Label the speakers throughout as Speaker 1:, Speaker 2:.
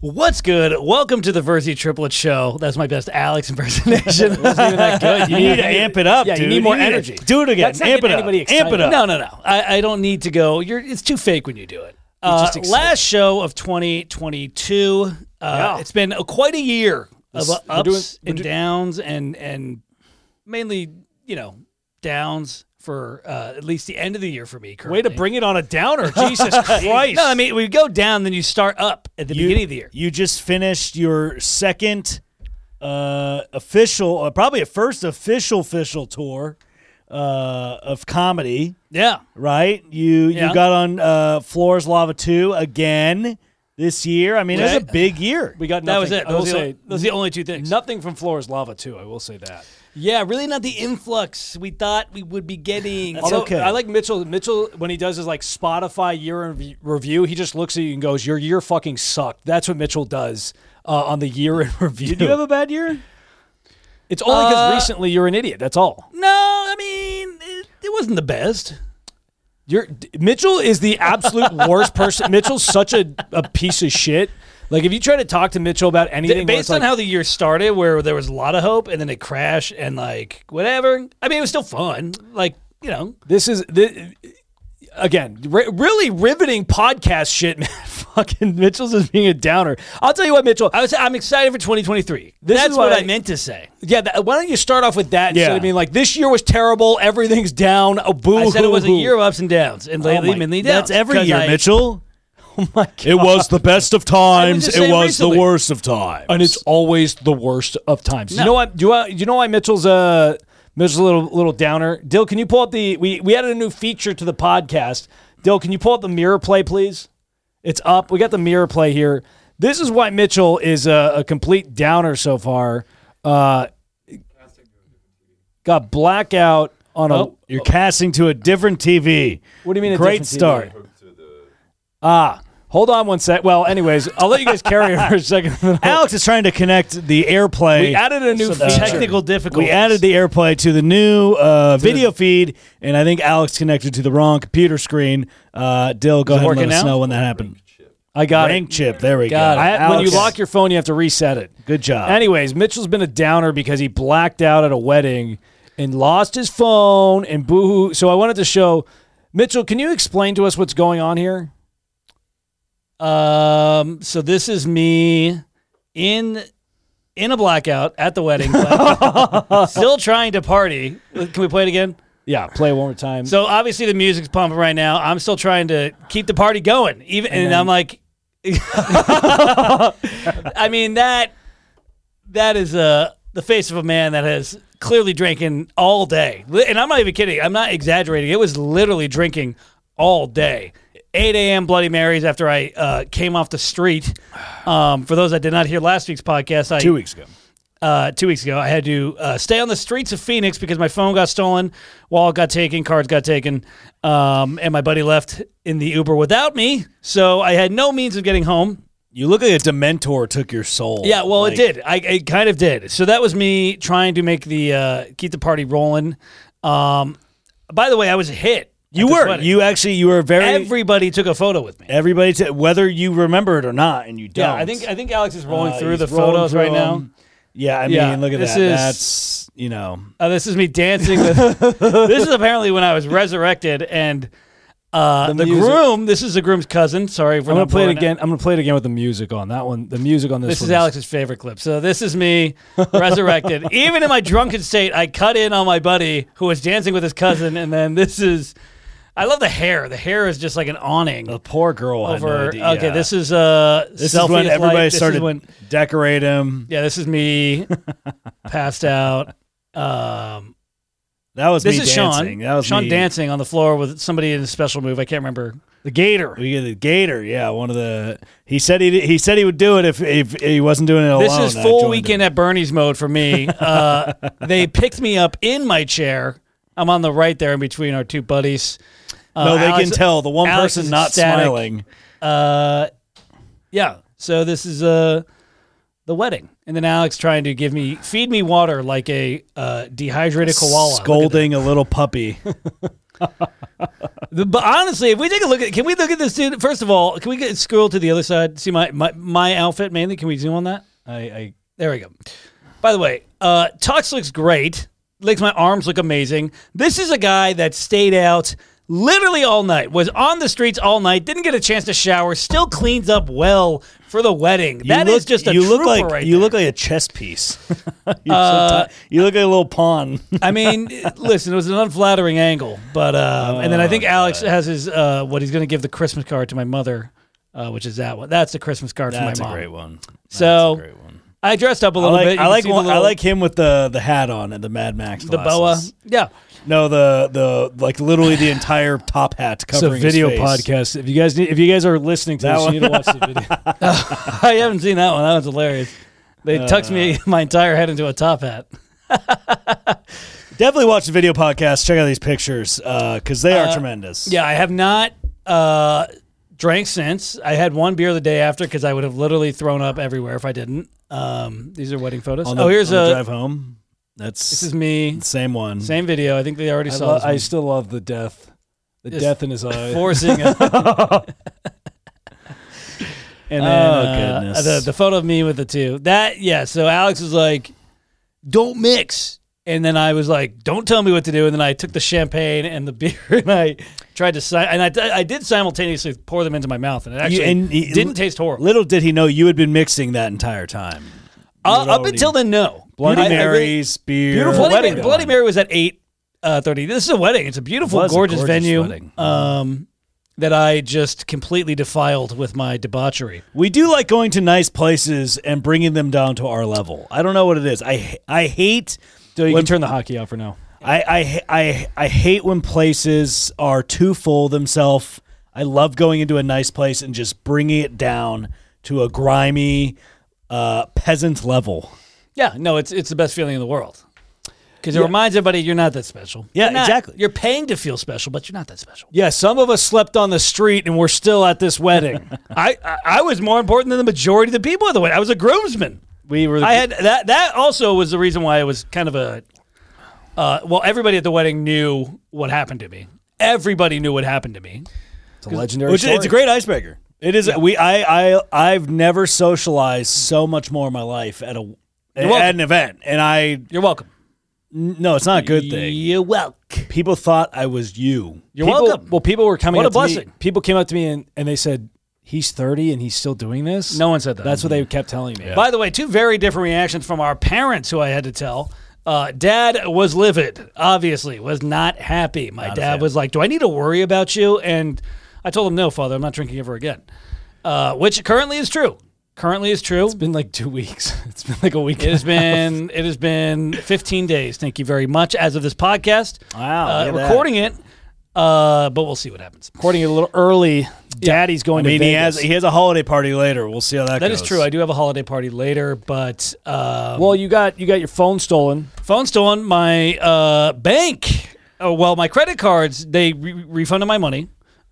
Speaker 1: What's good? Welcome to the Verzi Triplet Show. That's my best Alex impersonation.
Speaker 2: Wasn't even that good. You need to amp it up,
Speaker 1: Yeah, you
Speaker 2: dude.
Speaker 1: need more energy.
Speaker 2: Do it again.
Speaker 3: That's not
Speaker 2: Amp it
Speaker 3: getting
Speaker 2: up.
Speaker 3: anybody
Speaker 2: Amp it
Speaker 3: excited.
Speaker 2: up.
Speaker 1: No, no, no. I, I don't need to go. You're. It's too fake when you do it. Uh,
Speaker 3: just excited.
Speaker 1: last show of 2022. Uh,
Speaker 3: Yeah.
Speaker 1: It's been uh quite a year of uh,
Speaker 3: This- we're
Speaker 1: ups
Speaker 3: doing- we're
Speaker 1: and
Speaker 3: do-
Speaker 1: downs, and and mainly you know downs for uh, at least the end of the year for me. Currently.
Speaker 3: Way to bring it on a downer, Jesus Christ!
Speaker 1: No, I mean we go down, then you start up at the
Speaker 2: You-
Speaker 1: beginning of the year.
Speaker 2: You just finished your second uh, official, uh, probably a first official official tour uh, of comedy.
Speaker 1: Yeah.
Speaker 2: Right? You
Speaker 1: Yeah.
Speaker 2: you got on uh, Floors Lava Two again this year. I mean, it was
Speaker 1: Right.
Speaker 2: a big year.
Speaker 3: we got
Speaker 1: That
Speaker 3: nothing.
Speaker 1: was it. Those,
Speaker 3: I will
Speaker 1: was the,
Speaker 3: say
Speaker 1: those are the only two things.
Speaker 3: nothing from Flora's lava too. I will say that.
Speaker 1: Yeah, really not the influx we thought we would be getting.
Speaker 3: Although,
Speaker 2: okay.
Speaker 3: I like Mitchell. Mitchell when he does his like Spotify year in re- review, he just looks at you and goes, "Your year fucking sucked." That's what Mitchell does uh, on the year in review.
Speaker 2: Did you have a bad year?
Speaker 3: it's only because
Speaker 1: Uh,
Speaker 3: recently you're an idiot. That's all.
Speaker 1: no, I mean it, it wasn't the best.
Speaker 3: You're d- Mitchell is the absolute worst person. Mitchell's such a, a piece of shit. Like if you try to talk to Mitchell about anything, where
Speaker 1: based
Speaker 3: it's
Speaker 1: on
Speaker 3: like,
Speaker 1: how the year started, where there was a lot of hope and then it crashed and like whatever. I mean, it was still fun. Like you know,
Speaker 3: This is the again re- really riveting podcast shit, man. Fucking Mitchell's is being a downer. I'll tell you what, Mitchell.
Speaker 1: I was I'm excited for 2023.
Speaker 3: This
Speaker 1: That's
Speaker 3: is
Speaker 1: what
Speaker 3: what
Speaker 1: I
Speaker 3: I-
Speaker 1: meant to say.
Speaker 3: Yeah, that, why don't you start off with that? Instead
Speaker 2: Yeah.
Speaker 3: of being like this year was terrible, everything's down. Oh, boo!
Speaker 1: I said it was a
Speaker 3: hoo, hoo."
Speaker 1: year of ups and downs, and
Speaker 2: Oh
Speaker 1: lately,
Speaker 2: my-
Speaker 1: mainly downs.
Speaker 2: that's every
Speaker 1: 'cause
Speaker 2: year,
Speaker 1: I-
Speaker 2: Mitchell.
Speaker 3: Oh my God.
Speaker 2: It was the best of times.
Speaker 1: just saying recently.
Speaker 2: worst of times.
Speaker 3: and it's always the worst of times.
Speaker 1: No.
Speaker 3: You know what? Do I, you know why Mitchell's uh Mitchell's a little little downer? Dill, can you pull up the we we added a new feature to the podcast. Dill, can you pull up the mirror play, please? It's up. We got the mirror play here. This is why Mitchell is a, a complete downer so far. Uh, got blackout on a.
Speaker 2: Oh, you're casting to a different TV.
Speaker 3: What do you mean? a
Speaker 2: Great
Speaker 3: different TV?
Speaker 2: start.
Speaker 3: Ah, hold on one sec. Well, anyways, I'll let you guys carry it for a second.
Speaker 2: Alex is trying to connect the AirPlay.
Speaker 3: we added a new
Speaker 2: So, uh,
Speaker 3: feature.
Speaker 1: technical difficulties.
Speaker 2: We added the AirPlay to the new uh, video feed, and I think Alex connected to the wrong computer screen. Uh, Dill, go ahead and
Speaker 1: working
Speaker 2: let us
Speaker 1: now?
Speaker 2: know when that happened.
Speaker 3: I got it.
Speaker 2: Rank chip. There we
Speaker 1: Got
Speaker 2: go.
Speaker 1: it.
Speaker 3: I, when you
Speaker 2: Alex,
Speaker 3: lock your phone, you have to reset it.
Speaker 2: good job.
Speaker 3: Anyways, Mitchell's been a downer because he blacked out at a wedding and lost his phone and boohoo. So I wanted to show Mitchell. Can you explain to us what's going on here?
Speaker 1: Um, so this is me in in a blackout at the wedding, but still trying to party. Can we play it again?
Speaker 3: Yeah, play it one more time.
Speaker 1: So obviously the music's pumping right now. I'm still trying to keep the party going. Even and, I'm like, I mean that that is uh, the face of a man that has clearly drinking all day. Li- And I'm not even kidding. I'm not exaggerating. It was literally drinking all day. 8 a.m. Bloody Marys after I uh, came off the street. Um, for those that did not hear last week's podcast, I
Speaker 2: two weeks ago.
Speaker 1: uh, two weeks ago. I had to uh, stay on the streets of Phoenix because my phone got stolen, wallet got taken, cards got taken, um, and my buddy left in the Uber without me. So I had no means of getting home.
Speaker 2: You look like a Dementor took your soul.
Speaker 1: Yeah, well,
Speaker 2: Like,
Speaker 1: it did. I it kind of did. So that was me trying to make the uh, keep the party rolling. Um, by the way, I was hit. at
Speaker 2: You
Speaker 1: this
Speaker 2: were.
Speaker 1: wedding.
Speaker 2: You actually. You were very.
Speaker 1: Everybody took a photo with me.
Speaker 2: everybody, t- whether you remember it or not, and you
Speaker 1: Yeah,
Speaker 2: don't.
Speaker 1: I think I think Alex is rolling
Speaker 2: Uh,
Speaker 1: through
Speaker 2: he's
Speaker 1: the
Speaker 2: rolling
Speaker 1: photos
Speaker 2: through
Speaker 1: right now.
Speaker 2: them. Yeah, I mean,
Speaker 1: Yeah,
Speaker 2: look at
Speaker 1: this
Speaker 2: that.
Speaker 1: is-
Speaker 2: That's you know.
Speaker 1: Uh, this is me dancing. With, this is apparently when I was resurrected, and uh, the,
Speaker 3: The music.
Speaker 1: groom. This is the groom's cousin. Sorry, if we're
Speaker 3: I'm gonna
Speaker 1: not
Speaker 3: play it
Speaker 1: blowing
Speaker 3: again. I'm gonna play it again with the music on that one. The music on this.
Speaker 1: This
Speaker 3: one
Speaker 1: is Alex's favorite clip. So this is me resurrected. Even in my drunken state, I cut in on my buddy who was dancing with his cousin, and then this is. I love the hair. The hair is just like an awning
Speaker 2: The poor girl. had no
Speaker 1: over.
Speaker 2: idea.
Speaker 1: Okay, this is uh.
Speaker 2: This
Speaker 1: selfie
Speaker 2: is when
Speaker 1: light.
Speaker 2: everybody
Speaker 1: This is
Speaker 2: started
Speaker 1: when-
Speaker 2: decorate him.
Speaker 1: yeah, this is me passed out. Um,
Speaker 2: That was
Speaker 1: This
Speaker 2: me
Speaker 1: is
Speaker 2: dancing.
Speaker 1: Sean.
Speaker 2: That was
Speaker 1: Sean
Speaker 2: me.
Speaker 1: dancing on the floor with somebody in a special move. I can't remember. The Gator.
Speaker 2: We get the Gator. Yeah, one of the. He said he he said he would do it if if he wasn't doing it alone.
Speaker 1: This is
Speaker 2: and I
Speaker 1: full
Speaker 2: joined
Speaker 1: weekend
Speaker 2: him.
Speaker 1: at Bernie's mode for me. Uh, they picked me up in my chair. I'm on the right there in between our two buddies. Uh,
Speaker 2: no, they
Speaker 1: Alex-
Speaker 2: can tell the one
Speaker 1: Alex
Speaker 2: person
Speaker 1: is
Speaker 2: not
Speaker 1: ecstatic.
Speaker 2: smiling.
Speaker 1: Uh, yeah. So this is uh, the wedding, and then Alex trying to give me feed me water like a uh, dehydrated koala. Look at
Speaker 2: Scolding a little puppy.
Speaker 1: The- but honestly, if we take a look at, can we look at this dude? First of all, can we get scroll to the other side? See my my, my outfit mainly. Can we zoom on that?
Speaker 3: I, I
Speaker 1: There we go. By the way, uh, Tux looks great. Makes my arms look amazing. This is a guy that stayed out literally all night, was on the streets all night, didn't get a chance to shower, still cleans up well for the wedding.
Speaker 2: You
Speaker 1: That is
Speaker 2: look-
Speaker 1: just a
Speaker 2: you look
Speaker 1: trooper
Speaker 2: like
Speaker 1: right
Speaker 2: you
Speaker 1: there. Uh,
Speaker 2: look like a chess piece. You're so ti- you look like a little pawn.
Speaker 1: I mean, listen, it was an unflattering angle, but
Speaker 2: Oh,
Speaker 1: um, and then I think Alex has his uh, what he's going to give the Christmas card to my mother, uh, which is that one. That's the Christmas card
Speaker 2: That's
Speaker 1: for
Speaker 2: a
Speaker 1: my mom.
Speaker 2: great one.
Speaker 1: So-
Speaker 2: That's a great one.
Speaker 1: I dressed up a
Speaker 2: I
Speaker 1: little
Speaker 2: like
Speaker 1: bit. You
Speaker 2: I
Speaker 1: can
Speaker 2: like,
Speaker 1: see the
Speaker 2: one, I
Speaker 1: little-
Speaker 2: like him with the the hat on and the Mad Max
Speaker 1: the boa.
Speaker 2: glasses.
Speaker 1: Yeah,
Speaker 2: No, the the like literally the entire top hat
Speaker 3: it's a
Speaker 2: covering his
Speaker 3: video
Speaker 2: face.
Speaker 3: podcast. If you guys need, if you guys are listening to
Speaker 2: That
Speaker 3: this,
Speaker 2: one.
Speaker 3: you need to watch the video.
Speaker 1: I haven't seen that one. That was hilarious. They tucked
Speaker 3: Uh.
Speaker 1: me my entire head into a top hat.
Speaker 2: Definitely watch the video podcast. Check out these pictures because they are tremendous.
Speaker 1: Uh, Yeah, I have not uh, drank since. I had one beer the day after because I would have literally thrown up everywhere if I didn't. Um, these are wedding photos.
Speaker 2: On the-
Speaker 1: oh, here's
Speaker 2: on the
Speaker 1: a.
Speaker 2: drive home. That's
Speaker 1: This is me.
Speaker 2: the same one.
Speaker 1: Same video. I think they already
Speaker 3: I,
Speaker 1: saw
Speaker 3: lo-
Speaker 1: this.
Speaker 3: I
Speaker 1: one.
Speaker 3: still love the death, the
Speaker 1: Just
Speaker 3: death in his eye.
Speaker 1: forcing a, and then,
Speaker 2: Oh,
Speaker 1: uh,
Speaker 2: goodness.
Speaker 1: the, the photo of me with the two that yeah so alex was like don't mix and then i was like don't tell me what to do and then i took the champagne and the beer and i tried to si- and I, I did simultaneously pour them into my mouth and it actually
Speaker 2: and he-
Speaker 1: didn't taste horrible
Speaker 2: Little did he know you had been mixing that entire time.
Speaker 1: Uh, up
Speaker 2: already-
Speaker 1: until then no
Speaker 2: Bloody
Speaker 1: I- I really-
Speaker 2: Marys, beer.
Speaker 3: Beautiful
Speaker 1: Bloody,
Speaker 3: wedding,
Speaker 1: Mary,
Speaker 3: though.
Speaker 1: Bloody Mary was at eight uh, thirty. This is a wedding. It's a beautiful,
Speaker 2: was a
Speaker 1: gorgeous,
Speaker 2: gorgeous
Speaker 1: venue.
Speaker 2: wedding.
Speaker 1: Um, that I just completely defiled with my debauchery.
Speaker 2: We do like going to nice places and bringing them down to our level. I don't know what it is. I I hate
Speaker 3: So you
Speaker 2: when-
Speaker 3: can turn the hockey off for now.
Speaker 2: I, I I I hate when places are too full themselves. I love going into a nice place and just bringing it down to a grimy uh, peasant level.
Speaker 1: Yeah, no, it's it's the best feeling in the world because it reminds everybody you're not that special.
Speaker 2: Yeah,
Speaker 1: You're not-
Speaker 2: exactly.
Speaker 1: You're paying to feel special, but you're not that special.
Speaker 3: Yeah, some of us slept on the street and we're still at this wedding.
Speaker 1: I, I I was more important than the majority of the people at the wedding. I was a groomsman.
Speaker 3: we were. The,
Speaker 1: I had that. That also was the reason why it was kind of a. Uh, well, everybody at the wedding knew what happened to me. Everybody knew what happened to me.
Speaker 3: it's a legendary.
Speaker 2: Which
Speaker 3: story.
Speaker 2: it's a great icebreaker. It is we I I I've never socialized so much more in my life at a
Speaker 1: welcome.
Speaker 2: at an event, and I
Speaker 1: You're welcome.
Speaker 2: no, it's not a good thing.
Speaker 1: You're welcome.
Speaker 2: People thought I was you.
Speaker 1: You're
Speaker 3: People-
Speaker 1: welcome.
Speaker 3: Well, people were coming.
Speaker 1: What
Speaker 3: up
Speaker 1: a
Speaker 3: to me-
Speaker 1: blessing.
Speaker 3: People came up to me and, and they said, "He's 30 and he's still doing this."
Speaker 1: No one said that.
Speaker 3: That's what they kept telling me.
Speaker 1: By the way, two very different reactions from our parents, who I had to tell. Uh, dad was livid, obviously, was not happy. My dad was like, Do I need to worry about you? And I told him, No, father, I'm not drinking ever again, uh, which currently is true. Currently is true.
Speaker 3: It's been like two weeks. It's been like a week.
Speaker 1: It has been it has been 15 days. Thank you very much. As of this podcast,
Speaker 2: Wow,
Speaker 1: uh,
Speaker 2: look at that.
Speaker 1: recording it, uh, but we'll see what happens.
Speaker 3: recording it a little early. Daddy's
Speaker 2: I
Speaker 3: going
Speaker 2: mean,
Speaker 3: to
Speaker 2: he
Speaker 3: Vegas.
Speaker 2: has he has a holiday party later. We'll see how that
Speaker 1: That
Speaker 2: goes.
Speaker 1: is true. I do have a holiday party later, but uh,
Speaker 3: well, you got you got your phone stolen.
Speaker 1: phone stolen my uh, bank oh, well my credit cards they re- refunded my money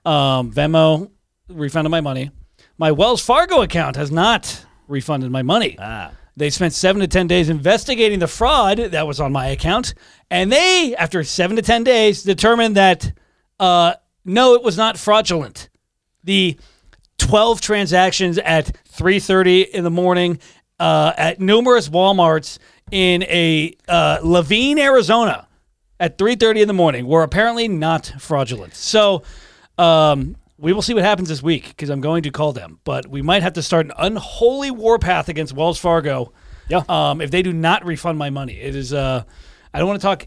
Speaker 1: um, venmo refunded my money my wells fargo account has not refunded my money
Speaker 2: Ah.
Speaker 1: they spent seven to ten days investigating the fraud that was on my account and they after seven to ten days determined that uh, no it was not fraudulent the 12 transactions at 3.30 in the morning uh, at numerous walmarts in a uh, levine arizona at 3.30 in the morning were apparently not fraudulent so um, we will see what happens this week because i'm going to call them but we might have to start an unholy warpath against wells fargo
Speaker 3: Yeah.
Speaker 1: um, if they do not refund my money it is uh, i don't want to talk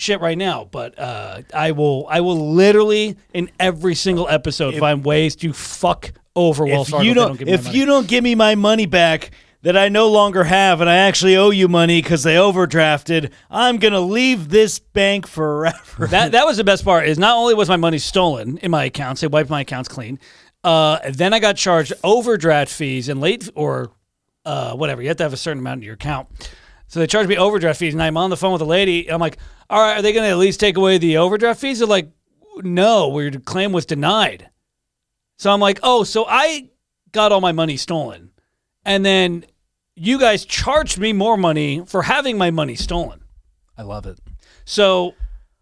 Speaker 1: shit right now, but uh, I will I will literally in every single episode find ways to fuck over Wells
Speaker 2: If
Speaker 1: Fargo.
Speaker 2: you
Speaker 1: if they
Speaker 2: don't,
Speaker 1: don't give me my
Speaker 2: if
Speaker 1: money.
Speaker 2: you don't give me my money back that I no longer have, and I actually owe you money because they overdrafted, I'm gonna leave this bank forever.
Speaker 1: that that was the best part is not only was my money stolen in my accounts, they wiped my accounts clean. Uh, then I got charged overdraft fees and late or uh, whatever. You have to have a certain amount in your account. So they charged me overdraft fees, and I'm on the phone with a lady. I'm like, "All right, are they going to at least take away the overdraft fees?" They're like, "No, your claim was denied." So I'm like, "Oh, so I got all my money stolen, and then you guys charged me more money for having my money stolen."
Speaker 3: I love it.
Speaker 1: So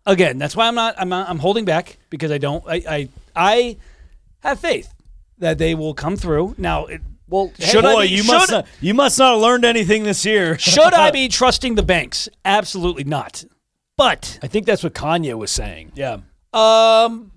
Speaker 1: again, that's why I'm not. I'm not, I'm holding back because I don't. I I, I have faith that they will come through. Now, it, well, should
Speaker 2: Boy,
Speaker 1: I? Be,
Speaker 2: you
Speaker 1: should,
Speaker 2: must not, you must not have learned anything this year.
Speaker 1: should I be trusting the banks? Absolutely not. But
Speaker 3: I think that's what Kanye was saying.
Speaker 2: yeah.
Speaker 1: um,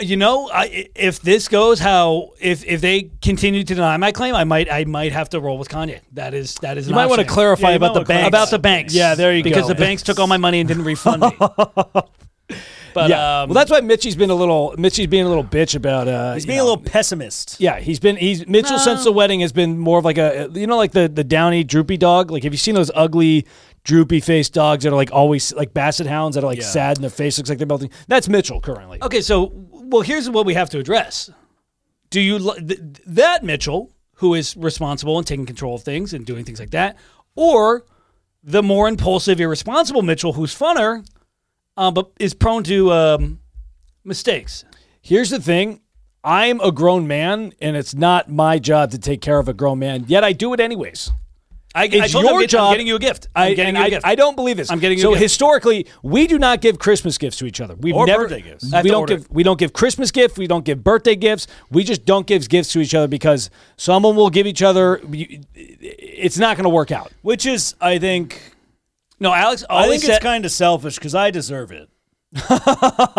Speaker 1: you know, I, if this goes how if if they continue to deny my claim, I might I might have to roll with Kanye. That is that is.
Speaker 3: You might want to clarify
Speaker 2: Yeah, you
Speaker 3: about
Speaker 2: might
Speaker 3: the
Speaker 2: wanna clarify.
Speaker 3: banks.
Speaker 1: about the banks.
Speaker 3: Yeah, there you
Speaker 1: because
Speaker 3: go.
Speaker 1: Because the banks took all my money and didn't refund me. But
Speaker 3: yeah.
Speaker 1: um,
Speaker 3: well, that's why Mitchy's been a little Mitchy's being a little bitch about. Uh,
Speaker 2: He's
Speaker 3: you
Speaker 2: being
Speaker 3: know,
Speaker 2: a little pessimist.
Speaker 3: Yeah, he's been he's Mitchell
Speaker 1: No.
Speaker 3: since the wedding has been more of like a you know like the the downy droopy dog. Like have you seen those ugly droopy faced dogs that are like always like basset hounds that are like
Speaker 2: Yeah.
Speaker 3: sad and their face looks like they're melting? That's Mitchell currently.
Speaker 1: Okay, so well, here's what we have to address. Do you li- th- that Mitchell, who is responsible and taking control of things and doing things like that, or the more impulsive, irresponsible Mitchell, who's funner, um, but is prone to um, mistakes?
Speaker 3: Here's the thing. I'm a grown man and it's not my job to take care of a grown man. Yet I do it anyways.
Speaker 1: I, I
Speaker 3: It's
Speaker 1: told you I'm
Speaker 3: your
Speaker 1: get-
Speaker 3: job.
Speaker 1: I'm getting you a gift. I'm getting
Speaker 3: and
Speaker 1: you a
Speaker 3: I,
Speaker 1: gift.
Speaker 3: I don't believe this.
Speaker 1: I'm getting you
Speaker 3: so
Speaker 1: a gift.
Speaker 3: historically we do not give Christmas gifts to each other. We've
Speaker 2: Or
Speaker 3: never
Speaker 2: birthday gifts.
Speaker 1: I have
Speaker 3: We
Speaker 1: to
Speaker 3: don't
Speaker 1: order.
Speaker 3: give we don't give Christmas gift. We don't give birthday gifts. We just don't give gifts to each other because someone will give each other. you- It's not going to work out.
Speaker 2: Which is, I think,
Speaker 1: no, Alex
Speaker 2: I
Speaker 1: always
Speaker 2: think it's
Speaker 1: said
Speaker 2: kind of selfish because I deserve it.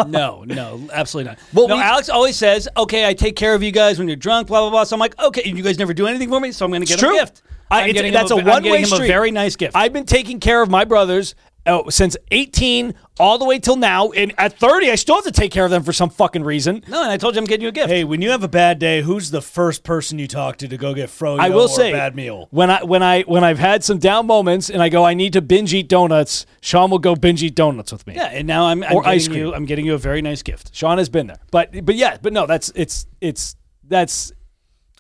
Speaker 1: no, no, absolutely not.
Speaker 3: Well,
Speaker 1: no,
Speaker 3: we-
Speaker 1: Alex always says, "Okay, I take care of you guys when you're drunk, blah blah blah." So I'm like, "Okay, and you guys never do anything for me, so I'm going to get
Speaker 3: true.
Speaker 1: a gift."
Speaker 3: I-
Speaker 1: I'm
Speaker 3: it's-
Speaker 1: getting him
Speaker 3: that's a
Speaker 1: I'm getting
Speaker 3: one-way
Speaker 1: him
Speaker 3: street.
Speaker 1: A very nice gift.
Speaker 3: I've been taking care of my brothers oh, since 18 all the way till now, and at 30 I still have to take care of them for some fucking reason.
Speaker 1: No, and I told you I'm getting you a gift.
Speaker 2: Hey, when you have a bad day, who's the first person you talk to to go get froyo
Speaker 3: I will
Speaker 2: or
Speaker 3: say
Speaker 2: a bad meal?
Speaker 3: when I when I when I've had some down moments and I go I need to binge eat donuts. Sean will go binge eat donuts with me.
Speaker 1: Yeah, and now I'm, I'm
Speaker 3: Or
Speaker 1: getting
Speaker 3: ice cream.
Speaker 1: you. I'm getting you a very nice gift.
Speaker 3: Sean has been there, but but yeah, but no, that's it's it's that's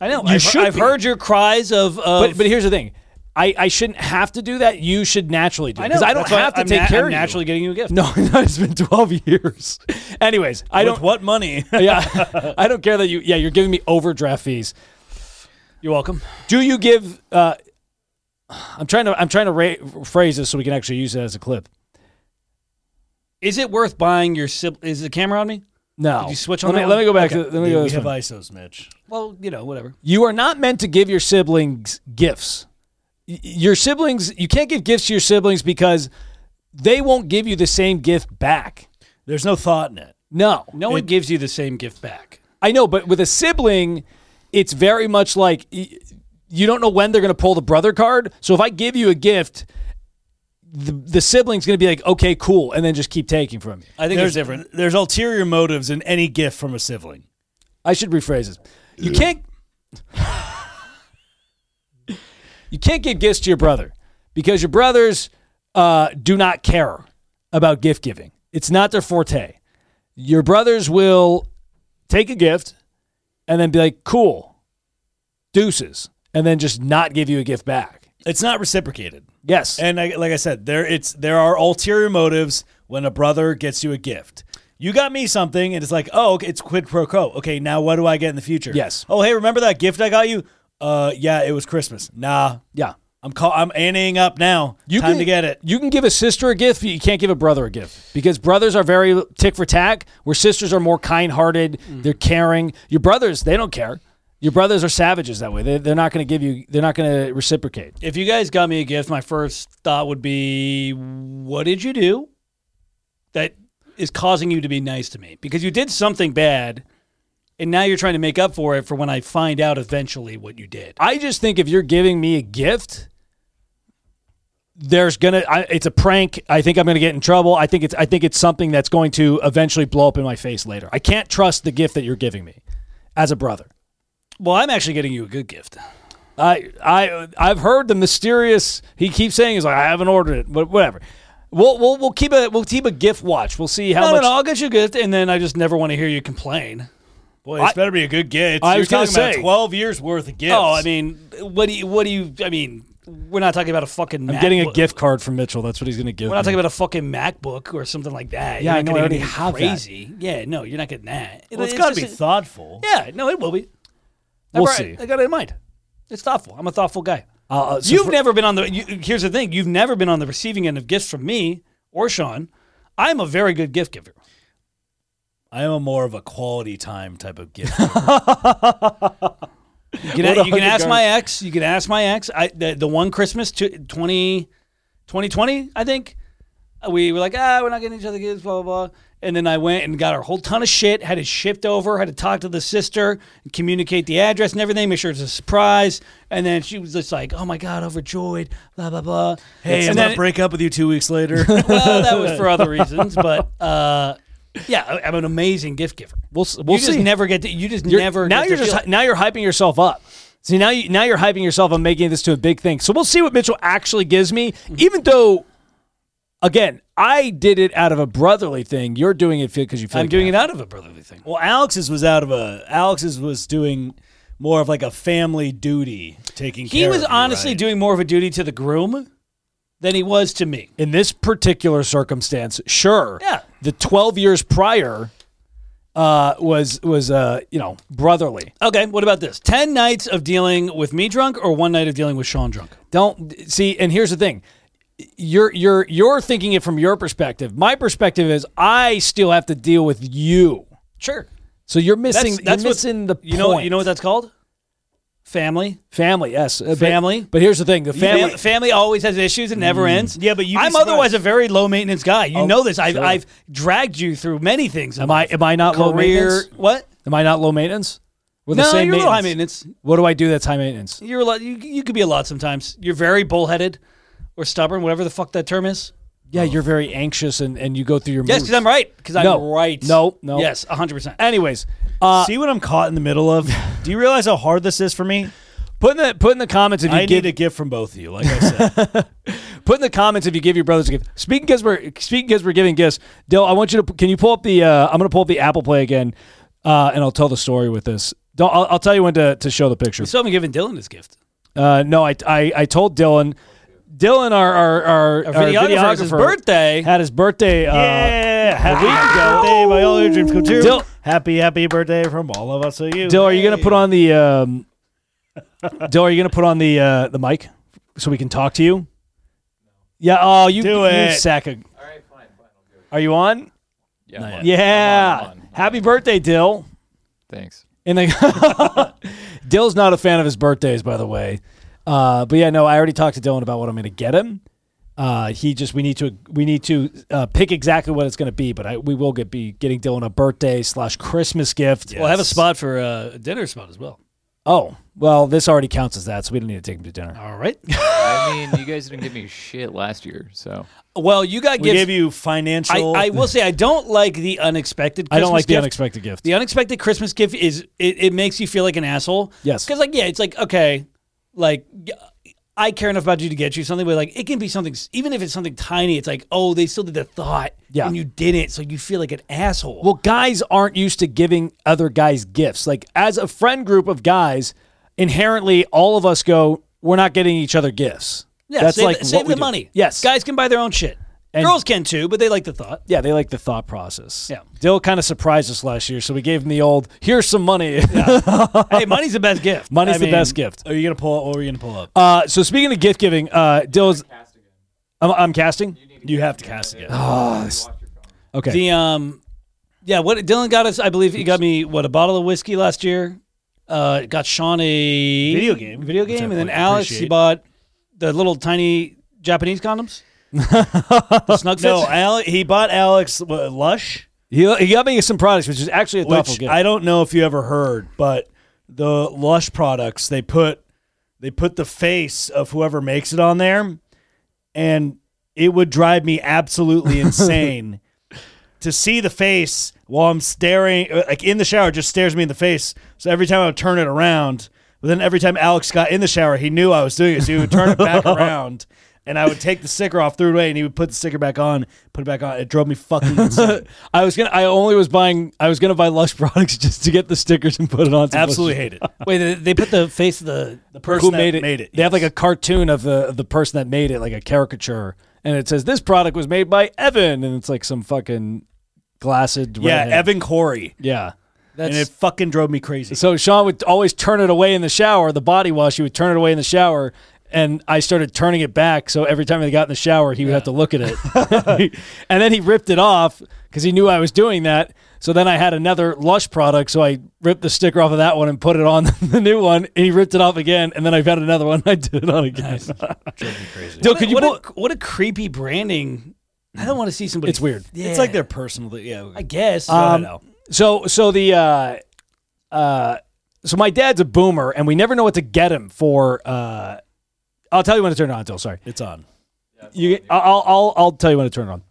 Speaker 1: I know.
Speaker 3: You
Speaker 1: I've,
Speaker 3: should
Speaker 1: I've
Speaker 3: be.
Speaker 1: heard your cries of. of
Speaker 3: But but here's the thing, I I shouldn't have to do that. You should naturally do
Speaker 1: I know.
Speaker 3: because I, don't
Speaker 1: That's why
Speaker 3: have to
Speaker 1: I'm
Speaker 3: take
Speaker 1: na-
Speaker 3: care
Speaker 1: I'm
Speaker 3: of you.
Speaker 1: naturally getting you a gift.
Speaker 3: No, no, it's been twelve years. Anyways, I
Speaker 2: With
Speaker 3: don't.
Speaker 2: what money?
Speaker 3: Yeah, I don't care that you. Yeah, you're giving me overdraft fees.
Speaker 1: you're welcome.
Speaker 3: Do you give? Uh, I'm trying to I'm trying to ra- phrase this so we can actually use it as a clip.
Speaker 1: Is it worth buying your sib? Is the camera on me?
Speaker 3: No,
Speaker 1: Did you switch on that
Speaker 3: let me,
Speaker 1: one?
Speaker 3: Let me go back
Speaker 1: Okay.
Speaker 3: to let me
Speaker 2: Dude,
Speaker 3: go. to
Speaker 2: we
Speaker 3: This
Speaker 2: have
Speaker 3: one.
Speaker 2: ISOs, Mitch.
Speaker 1: Well, you know, whatever.
Speaker 3: You are not meant to give your siblings gifts. Y- Your siblings, you can't give gifts to your siblings because they won't give you the same gift back.
Speaker 2: There's no thought in it.
Speaker 3: No,
Speaker 1: No one gives you the same gift back.
Speaker 3: I know, but with a sibling, it's very much like y- you don't know when they're going to pull the brother card. So if I give you a gift, the, the sibling's going to be like, okay, cool, and then just keep taking from you.
Speaker 1: I think it's
Speaker 2: There's
Speaker 1: different.
Speaker 2: There's ulterior motives in any gift from a sibling.
Speaker 3: I should rephrase this. You can't you can't give gifts to your brother because your brothers uh, do not care about gift giving. It's not their forte. Your brothers will take a gift and then be like, "Cool, deuces," and then just not give you a gift back.
Speaker 2: It's not reciprocated.
Speaker 3: Yes,
Speaker 2: And I, like I said, there it's there are ulterior motives when a brother gets you a gift. You got me something, and it's like, oh, okay, it's quid pro quo. Okay, now what do I get in the future?
Speaker 3: Yes.
Speaker 2: Oh, hey, remember that gift I got you? Uh, yeah, it was Christmas. Nah,
Speaker 3: yeah.
Speaker 2: I'm call I'm anteing up now.
Speaker 3: You
Speaker 2: Time
Speaker 3: can,
Speaker 2: to get it.
Speaker 3: You can give a sister a gift, but you can't give a brother a gift because brothers are very tick for tack, where sisters are more kind hearted.
Speaker 2: Mm.
Speaker 3: They're caring. Your brothers, they don't care. Your brothers are savages that way. They, they're not going to give you, they're not going to reciprocate.
Speaker 1: If you guys got me a gift, my first thought would be, what did you do that is causing you to be nice to me? Because you did something bad, and now you're trying to make up for it for when I find out eventually what you did.
Speaker 3: I just think if you're giving me a gift, there's gonna I, it's a prank. I think I'm gonna get in trouble. I think it's I think it's something that's going to eventually blow up in my face later. I can't trust the gift that you're giving me as a brother.
Speaker 1: Well, I'm actually getting you a good gift.
Speaker 3: I I I've heard the mysterious. He keeps saying he's like I haven't ordered it, but whatever. We'll we'll, we'll keep a we'll keep a gift watch. We'll see how
Speaker 1: no,
Speaker 3: much.
Speaker 1: no, no, I'll get you a gift, and then I just never want to hear you complain.
Speaker 2: Boy, this better be a good gift.
Speaker 3: I
Speaker 2: You're
Speaker 3: was gonna
Speaker 2: talking about
Speaker 3: say-
Speaker 2: twelve years worth of gifts.
Speaker 1: Oh, I mean, what do you? What do you? I mean, we're not talking about a fucking.
Speaker 3: I'm getting a gift card from Mitchell. That's what he's gonna give.
Speaker 1: We're not
Speaker 3: me.
Speaker 1: talking about a fucking MacBook or something like that.
Speaker 3: Yeah,
Speaker 1: You're
Speaker 3: I
Speaker 1: not
Speaker 3: know, I
Speaker 1: getting
Speaker 3: already
Speaker 1: anything
Speaker 3: have that.
Speaker 1: crazy. Yeah, no, you're not getting that. It-
Speaker 2: well, it's got to be
Speaker 1: just-
Speaker 2: thoughtful.
Speaker 1: yeah, no, it will be. I
Speaker 3: We'll
Speaker 1: brought-
Speaker 3: see.
Speaker 1: I got it in mind. It's thoughtful. I'm a thoughtful guy.
Speaker 3: Uh, uh, so
Speaker 1: you've
Speaker 3: for-
Speaker 1: never been on the. You, here's the thing. You've never been on the receiving end of gifts from me or Sean. I'm a very good gift giver.
Speaker 2: I am a more of a quality time type of gift.
Speaker 1: You
Speaker 3: What
Speaker 1: can,
Speaker 3: are
Speaker 1: you can
Speaker 3: the
Speaker 1: ask
Speaker 3: guns?
Speaker 1: my ex. You can ask my ex. I the, the one Christmas t- 20, 2020, I think uh, we were like, ah, we're not getting each other gifts, blah blah blah. And then I went and got her a whole ton of shit. Had to shift over. Had to talk to the sister, communicate the address and everything, make sure it's a surprise. And then she was just like, oh my god, overjoyed, blah blah blah.
Speaker 2: hey, I'm
Speaker 1: and
Speaker 2: gonna
Speaker 1: then,
Speaker 2: break up with you two weeks later.
Speaker 1: well, that was for other reasons, but. uh yeah, I- I'm an amazing gift giver.
Speaker 3: We'll s- we'll
Speaker 1: you just
Speaker 3: see.
Speaker 1: never get to. You just
Speaker 3: You're-
Speaker 1: never.
Speaker 3: now
Speaker 1: get
Speaker 3: you're
Speaker 1: to
Speaker 3: just
Speaker 1: feel
Speaker 3: hy- now you're hyping yourself up. See now you now you're hyping yourself on making this to a big thing. So we'll see what Mitchell actually gives me.
Speaker 2: Mm-hmm.
Speaker 3: Even though, again, I did it out of a brotherly thing. You're doing it because you feel.
Speaker 1: I'm doing it out of a brotherly thing.
Speaker 2: well, Alex's was out of a. Alex's was doing more of like a family duty, taking.
Speaker 1: He
Speaker 2: care
Speaker 1: was
Speaker 2: of you,
Speaker 1: honestly
Speaker 2: right?
Speaker 1: doing more of a duty to the groom than he was to me.
Speaker 3: in this particular circumstance, sure.
Speaker 1: Yeah.
Speaker 3: The 12 years prior uh, was was uh, you know brotherly.
Speaker 1: Okay, what about this? 10 nights of dealing with me drunk or one night of dealing with Sean drunk?
Speaker 3: Don't see. And here's the thing. You're you're you're thinking it from your perspective. My perspective is I still have to deal with you.
Speaker 1: Sure.
Speaker 3: So you're missing
Speaker 1: That's- that's
Speaker 3: you're
Speaker 1: what-
Speaker 3: missing the
Speaker 1: You know,
Speaker 3: point.
Speaker 1: you know what that's called? Family.
Speaker 3: family. Yes, Uh, but-
Speaker 1: Family.
Speaker 3: But, here's the thing: the family.
Speaker 1: Family, family always has issues and
Speaker 3: Mm.
Speaker 1: never ends.
Speaker 2: Yeah, but you'd be
Speaker 1: I'm
Speaker 2: surprised.
Speaker 1: otherwise a very low maintenance guy. You know this. I've,
Speaker 3: Oh, sure.
Speaker 1: I've dragged you through many things. in
Speaker 3: Am I
Speaker 1: life.
Speaker 3: am I not low
Speaker 1: career?
Speaker 3: maintenance?
Speaker 1: What?
Speaker 3: Am I not low maintenance? We're the
Speaker 1: No,
Speaker 3: same
Speaker 1: you're a little high
Speaker 3: maintenance.
Speaker 1: maintenance.
Speaker 3: What do I do that's high maintenance?
Speaker 1: You're a lot. You, you could be a lot sometimes. You're very bullheaded or stubborn, whatever the fuck that term is.
Speaker 3: Yeah, you're very anxious and, and you go through your
Speaker 1: Oh. Yes,
Speaker 3: moods.
Speaker 1: because I'm right. Because I'm
Speaker 3: No.
Speaker 1: right.
Speaker 3: No, no.
Speaker 1: Yes, 100%.
Speaker 3: Anyways, uh,
Speaker 2: See what I'm caught in the middle of? Do you realize how hard this is for me?
Speaker 3: put in the put in the comments if you
Speaker 2: I
Speaker 3: give
Speaker 2: need a gift from both of you, like I said.
Speaker 3: put in the comments if you give your brothers a gift. Speaking because we're speaking because we're giving gifts. Dill, I want you to can you pull up the uh, I'm gonna pull up the Apple Play again, uh, and I'll tell the story with this. Don't, I'll, I'll tell you when to, to show the picture.
Speaker 1: We still haven't given Dylan his gift.
Speaker 3: Uh, no, I, I I told Dylan, Dylan, our our our, our
Speaker 1: videographer's
Speaker 3: videographer
Speaker 1: birthday.
Speaker 3: had his birthday. Uh,
Speaker 2: yeah, happy birthday by all your dreams come true.
Speaker 3: Dill-
Speaker 2: happy, happy birthday from all of us to you.
Speaker 3: Dill, are you gonna put on the um, Dill, are you gonna put on the uh, the mic so we can talk to you? Yeah. Oh, you
Speaker 2: Do
Speaker 3: you
Speaker 2: it.
Speaker 3: sack of- Are you on?
Speaker 4: Yeah. I'm on.
Speaker 3: Yeah.
Speaker 4: I'm on, I'm on.
Speaker 3: Happy birthday, Dill.
Speaker 4: Thanks.
Speaker 3: And the Dill's not a fan of his birthdays, by the way. Uh, but yeah, no, I already talked to Dylan about what I'm going to get him. Uh, he just we need to we need to uh, pick exactly what it's going to be, but I, we will get be getting Dylan a birthday slash Christmas gift.
Speaker 1: We'll have a spot for uh, a dinner spot as well.
Speaker 3: Oh well, this already counts as that, so we don't need to take him to dinner.
Speaker 1: All right.
Speaker 4: I mean, you guys didn't give me shit last year, so
Speaker 1: well, you got
Speaker 2: We
Speaker 1: gifts.
Speaker 2: gave you
Speaker 1: I,
Speaker 2: financial.
Speaker 1: I will say I don't like the unexpected. Christmas
Speaker 3: I don't like the
Speaker 1: gift.
Speaker 3: unexpected gift.
Speaker 1: The unexpected Christmas gift is it, it makes you feel like an asshole.
Speaker 3: Yes.
Speaker 1: Because like yeah, it's like okay, like y- I care enough about you to get you something, but like it can be something s- even if it's something tiny. It's like oh they still did the thought
Speaker 3: Yeah.
Speaker 1: and you didn't, so you feel like an asshole.
Speaker 3: Well, guys aren't used to giving other guys gifts. Like, as a friend group of guys, inherently, all of us go, we're not getting each other gifts.
Speaker 1: yeah,
Speaker 3: That's
Speaker 1: save,
Speaker 3: like
Speaker 1: save
Speaker 3: what we
Speaker 1: the
Speaker 3: do.
Speaker 1: money.
Speaker 3: Yes,
Speaker 1: guys can buy their own shit.
Speaker 3: And-
Speaker 1: Girls can too, but they like the thought.
Speaker 3: Yeah, they like the thought process.
Speaker 1: Yeah.
Speaker 3: Dill kind of surprised us last year, so we gave him the old, here's some money.
Speaker 1: hey, money's the best gift.
Speaker 3: Money's
Speaker 1: I
Speaker 3: the
Speaker 1: mean,
Speaker 3: best gift.
Speaker 2: are you gonna pull? What were you gonna pull up?
Speaker 3: Uh, so speaking of gift giving, uh, Dill's. I'm, I'm casting?
Speaker 2: you have to cast again.
Speaker 3: Okay.
Speaker 1: The um, yeah, what Dylan got us, I believe he got me what a bottle of whiskey last year. Uh, got Sean a
Speaker 2: Video game,
Speaker 1: video
Speaker 2: which I
Speaker 1: game, and then
Speaker 2: really
Speaker 1: Alex he
Speaker 2: appreciate.
Speaker 1: bought the little tiny Japanese condoms. the snug
Speaker 2: No,
Speaker 1: fits.
Speaker 2: Ale- oh, he bought Alex what, Lush,
Speaker 3: he, he got me some products, which is actually a thoughtful
Speaker 2: which
Speaker 3: gift.
Speaker 2: I don't know if you ever heard, but the Lush products they put they put the face of whoever makes it on there, and it would drive me absolutely insane to see the face while I'm staring uh, like in the shower. It just stares me in the face. So every time I would turn it around. But then every time Alex got in the shower, he knew I was doing it, so he would turn it back around, and I would take the sticker off, threw it away, and he would put the sticker back on, put it back on. It drove me fucking insane.
Speaker 3: I was gonna. I only was buying. I was gonna buy Lush products just to get the stickers and put it on.
Speaker 2: Absolutely hate it.
Speaker 1: Wait, they, they put the face of the.
Speaker 2: The person
Speaker 3: who
Speaker 2: that
Speaker 3: made it.
Speaker 2: made it.
Speaker 3: They have like a cartoon of the of the person that made it, like a caricature, and it says this product was made by Evan, and it's like some fucking glassed.
Speaker 2: yeah,
Speaker 3: redhead.
Speaker 2: Evan Corey,
Speaker 3: Yeah.
Speaker 2: and it fucking drove me crazy.
Speaker 3: So Sean would always turn it away in the shower. The body wash, he would turn it away in the shower, and I started turning it back. So every time I got in the shower, he would have to look at it. and then he ripped it off because he knew I was doing that. So then I had another Lush product. So I ripped the sticker off of that one and put it on the new one. And he ripped it off again. And then I found another one. And I did it on again.
Speaker 2: crazy.
Speaker 3: Dill,
Speaker 1: What
Speaker 3: could
Speaker 1: a,
Speaker 3: you
Speaker 1: what,
Speaker 3: pull?
Speaker 1: a, what a creepy branding. I don't want to see somebody.
Speaker 3: It's weird.
Speaker 1: Yeah,
Speaker 2: It's like their personal. Yeah.
Speaker 1: I guess.
Speaker 3: Um,
Speaker 2: know.
Speaker 3: So so the uh, uh, so my dad's a boomer, and we never know what to get him for. Uh, I'll tell you when to turn it on. Dill, sorry.
Speaker 2: It's on.
Speaker 3: You, I'll, I'll, I'll tell you when to turn it on.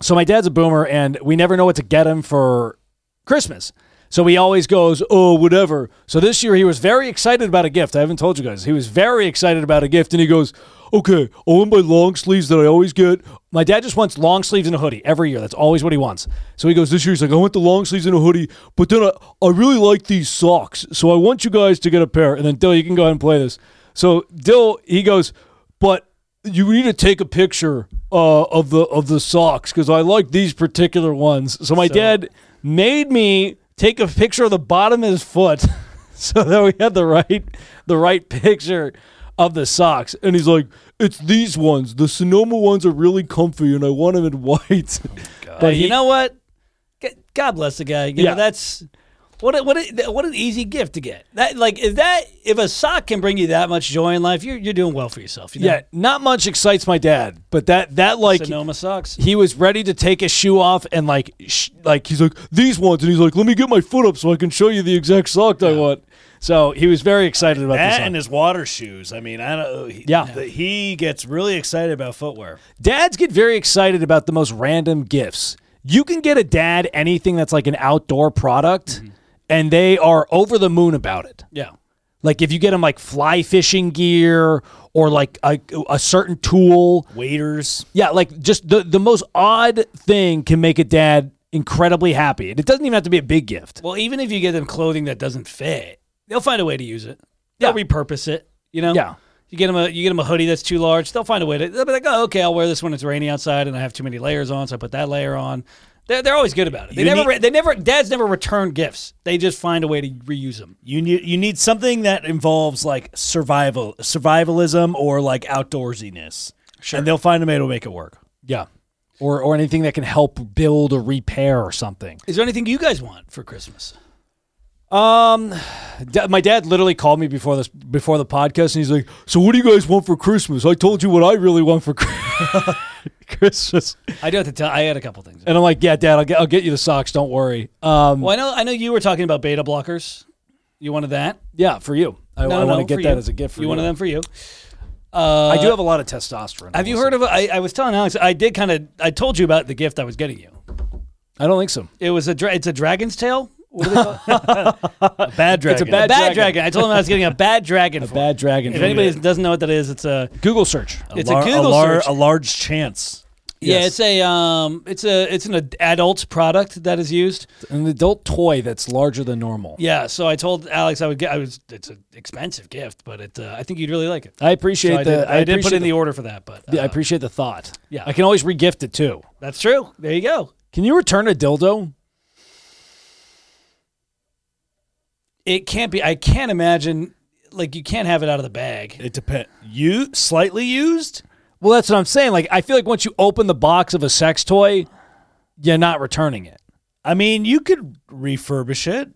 Speaker 3: So my dad's a boomer, and we never know what to get him for Christmas. So he always goes, oh, whatever. So this year he was very excited about a gift. I haven't told you guys. He was very excited about a gift, and he goes, okay, I want my long sleeves that I always get. My dad just wants long sleeves and a hoodie every year. That's always what he wants. So he goes, this year he's like, I want the long sleeves and a hoodie, but then I, I really like these socks. So I want you guys to get a pair. And then Dill, you can go ahead and play this. So Dill, he goes, but you need to take a picture uh, of the of the socks because I like these particular ones. So my dad made me take a picture of the bottom of his foot, so that we had the right the right picture of the socks. And he's like, "It's these ones. The Sonoma ones are really comfy, and I want them in white."
Speaker 1: but
Speaker 3: he-
Speaker 1: you know what? G- God bless the guy. You
Speaker 3: Yeah.
Speaker 1: know, that's what a, what a, what an easy gift to get. That like if that if a sock can bring you that much joy in life, you're you're doing well for yourself. You know?
Speaker 3: yeah, not much excites my dad, but that that like
Speaker 1: Sonoma socks.
Speaker 3: he was ready to take his shoe off and like sh- like he's like these ones and he's like let me get my foot up so I can show you the exact sock that I want. So he was very excited about this.
Speaker 2: That
Speaker 3: sock.
Speaker 2: and his water shoes. I mean, I don't. uh, He,
Speaker 3: Yeah.
Speaker 2: the- he gets really excited about footwear.
Speaker 3: Dads get very excited about the most random gifts. You can get a dad anything that's like an outdoor product
Speaker 2: Mm-hmm.
Speaker 3: and they are over the moon about it.
Speaker 1: Yeah.
Speaker 3: Like if you get them like fly fishing gear or like a, a certain tool,
Speaker 2: Waiters.
Speaker 3: Yeah, like just the, the most odd thing can make a dad incredibly happy. And it doesn't even have to be a big gift.
Speaker 1: Well, even if you get them clothing that doesn't fit, they'll find a way to use it. They'll
Speaker 3: Yeah.
Speaker 1: repurpose it. You know.
Speaker 3: Yeah.
Speaker 1: You get them a you get them a hoodie that's too large. They'll find a way to. They'll be like, oh, okay, I'll wear this when it's rainy outside and I have too many layers on, so I put that layer on. They're, they're always good about it. They
Speaker 2: You
Speaker 1: never
Speaker 2: need-
Speaker 1: re- they never dads never return gifts. They just find a way to reuse them.
Speaker 2: You need you need something that involves like survival, survivalism, or like outdoorsiness. Sure. And they'll find a way to make it work.
Speaker 3: Yeah. Or or anything that can help build or repair or something.
Speaker 1: Is there anything you guys want for Christmas?
Speaker 3: Um da- my dad literally called me before this before the podcast and he's like, "So what do you guys want for Christmas? I told you what I really want for Chri- Christmas."
Speaker 1: I do have to tell. I had a couple things.
Speaker 3: And I'm like, "Yeah, dad, I'll get, I'll get you the socks, don't worry." Um
Speaker 1: Well, I know I know you were talking about beta blockers. You wanted that?
Speaker 3: yeah, for you. I,
Speaker 1: No,
Speaker 3: I
Speaker 1: no,
Speaker 3: want to
Speaker 1: no,
Speaker 3: get
Speaker 1: for
Speaker 3: that
Speaker 1: you.
Speaker 3: as a gift for you.
Speaker 1: you wanted them for you. Uh,
Speaker 3: I do have a lot of testosterone.
Speaker 1: Have you
Speaker 3: also.
Speaker 1: heard of? I, I was telling Alex. I did kind of. I told you about the gift I was getting you.
Speaker 3: I don't think so.
Speaker 1: It was a. Dra- it's a dragon's tail. What do they call it?
Speaker 2: A bad dragon.
Speaker 3: a bad-
Speaker 1: bad dragon.
Speaker 3: dragon.
Speaker 1: I told him I was getting a bad dragon. for
Speaker 3: Bad dragon.
Speaker 1: Him. If anybody doesn't know what that is, it's a.
Speaker 3: Google search.
Speaker 1: It's a Google
Speaker 2: a, lar-
Speaker 1: search.
Speaker 2: a large chance.
Speaker 1: Yeah,
Speaker 3: Yes.
Speaker 1: it's a. Um, it's a. It's an ad- adult product that is used.
Speaker 3: an adult toy that's larger than normal.
Speaker 1: Yeah. So I told Alex I would get. I was. It's an expensive gift, but it. Uh, I think you'd really like it.
Speaker 3: uh, I
Speaker 1: So
Speaker 3: appreciate
Speaker 1: I
Speaker 3: the.
Speaker 1: did, I did put
Speaker 3: appreciate
Speaker 1: in the order for that, but
Speaker 3: yeah, I
Speaker 1: uh,
Speaker 3: appreciate the thought.
Speaker 1: yeah.
Speaker 3: I can always regift it too.
Speaker 1: that's true. There you go.
Speaker 3: Can you return a dildo?
Speaker 1: It can't be. I can't imagine. Like you can't have it out of the bag.
Speaker 2: It depends. You slightly used.
Speaker 3: Well, that's what I'm saying. Like, I feel like once you open the box of a sex toy, you're not returning it.
Speaker 2: I mean, you could refurbish it.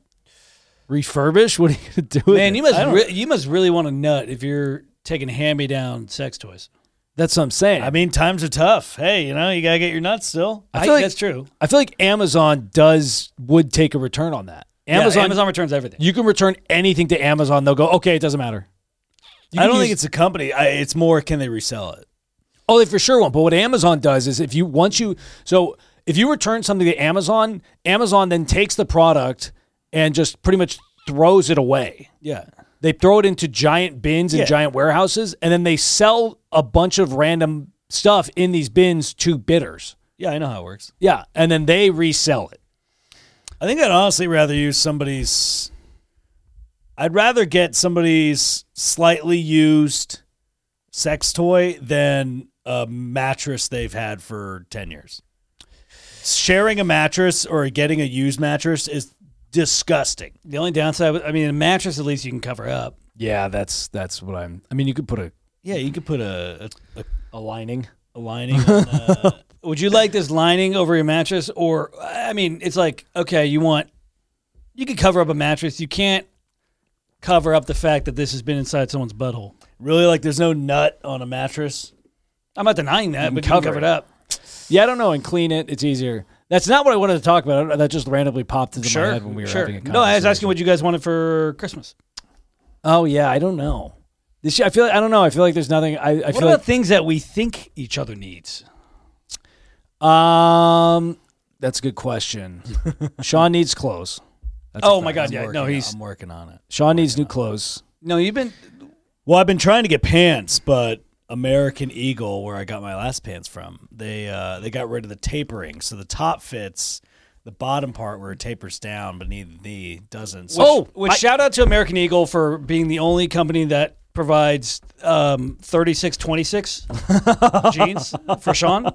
Speaker 3: Refurbish? What are you gonna do? With
Speaker 1: Man,
Speaker 3: it?
Speaker 1: you
Speaker 3: I
Speaker 1: must
Speaker 3: don't-
Speaker 1: re- you must really want a nut if you're taking hand me down sex toys.
Speaker 3: that's what I'm saying.
Speaker 2: I mean, times are tough. Hey, you know, you gotta get your nuts still.
Speaker 3: I
Speaker 1: I
Speaker 3: feel like
Speaker 1: that's true.
Speaker 3: I feel like Amazon does would take a return on that.
Speaker 1: Yeah,
Speaker 3: Amazon,
Speaker 1: Amazon returns everything.
Speaker 3: you can return anything to Amazon. They'll go, okay, it doesn't matter. You
Speaker 2: I
Speaker 3: can
Speaker 2: don't think
Speaker 3: use-
Speaker 2: it's a company. I, it's more can they resell it?
Speaker 3: Oh, they for sure won't. But what Amazon does is if you once you so if you return something to Amazon, Amazon then takes the product and just pretty much throws it away.
Speaker 2: Yeah.
Speaker 3: They throw it into giant bins and
Speaker 2: Yeah.
Speaker 3: giant warehouses, and then they sell a bunch of random stuff in these bins to bidders.
Speaker 2: Yeah, I know how it works.
Speaker 3: Yeah, and then they resell it.
Speaker 2: I think I'd honestly rather use somebody's. I'd rather get somebody's slightly used sex toy than a mattress they've had for 10 years. Sharing a mattress or getting a used mattress is disgusting.
Speaker 1: The only downside, I mean, a mattress at least you can cover up.
Speaker 3: Yeah, that's that's what I'm. I mean, you could put a
Speaker 2: Yeah, you could put a a, a,
Speaker 3: A lining.
Speaker 2: a lining. on, uh,
Speaker 1: Would you like this lining over your mattress? Or, I mean, it's like, okay, you want, you can cover up a mattress. You can't cover up the fact that this has been inside someone's butthole.
Speaker 2: really, like there's no nut on a mattress.
Speaker 1: I'm not denying that, but
Speaker 3: cover
Speaker 1: you can cover
Speaker 3: it.
Speaker 1: it up.
Speaker 3: Yeah, I don't know. And clean it. It's easier. That's not what I wanted to talk about. That just randomly popped into my
Speaker 1: Sure.
Speaker 3: head when we were
Speaker 1: sure.
Speaker 3: having a conversation.
Speaker 1: No, I was asking what you guys wanted for Christmas.
Speaker 3: Oh yeah, I don't know. This year, I feel like, I don't know. I feel like there's nothing. I, I
Speaker 1: What
Speaker 3: feel
Speaker 1: about things that we think each other needs?
Speaker 3: like um, that's a good question. Sean needs clothes. That's a
Speaker 1: Oh, my
Speaker 3: fact.
Speaker 1: God,
Speaker 2: I'm
Speaker 1: yeah, no,
Speaker 2: working on-
Speaker 1: he's-
Speaker 2: I'm working on it.
Speaker 3: Sean needs new clothes.
Speaker 1: No, you've been.
Speaker 2: Well, I've been trying to get pants, but American Eagle, where I got my last pants from, they uh, they got rid of the tapering, so the top fits. The bottom part where it tapers down beneath the knee doesn't. So
Speaker 1: oh, which shout out to American Eagle for being the only company that provides um, 3626 jeans for Sean.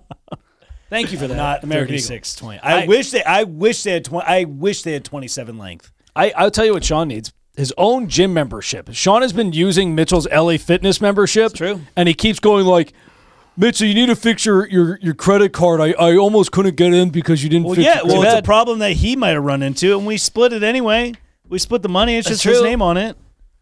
Speaker 1: Thank you for that.
Speaker 2: not
Speaker 1: American
Speaker 2: American
Speaker 1: Eagle.
Speaker 2: 36, 20. I, wish they. I wish they had. 20, I wish they had 27 length.
Speaker 3: I I'll tell you what Sean needs. His own gym membership. Sean has been using Mitchell's LA Fitness membership.
Speaker 1: true.
Speaker 3: And he keeps going like, Mitchell, you need to fix your, your, your credit card. I, I almost couldn't get in because you didn't
Speaker 2: Well,
Speaker 3: fix
Speaker 2: yeah.
Speaker 3: your
Speaker 2: Well, it's
Speaker 3: credit
Speaker 2: a
Speaker 3: card."
Speaker 2: problem that he might have run into, and we split it anyway. We split the money. It's
Speaker 1: That's
Speaker 2: just his
Speaker 1: true.
Speaker 2: name on it.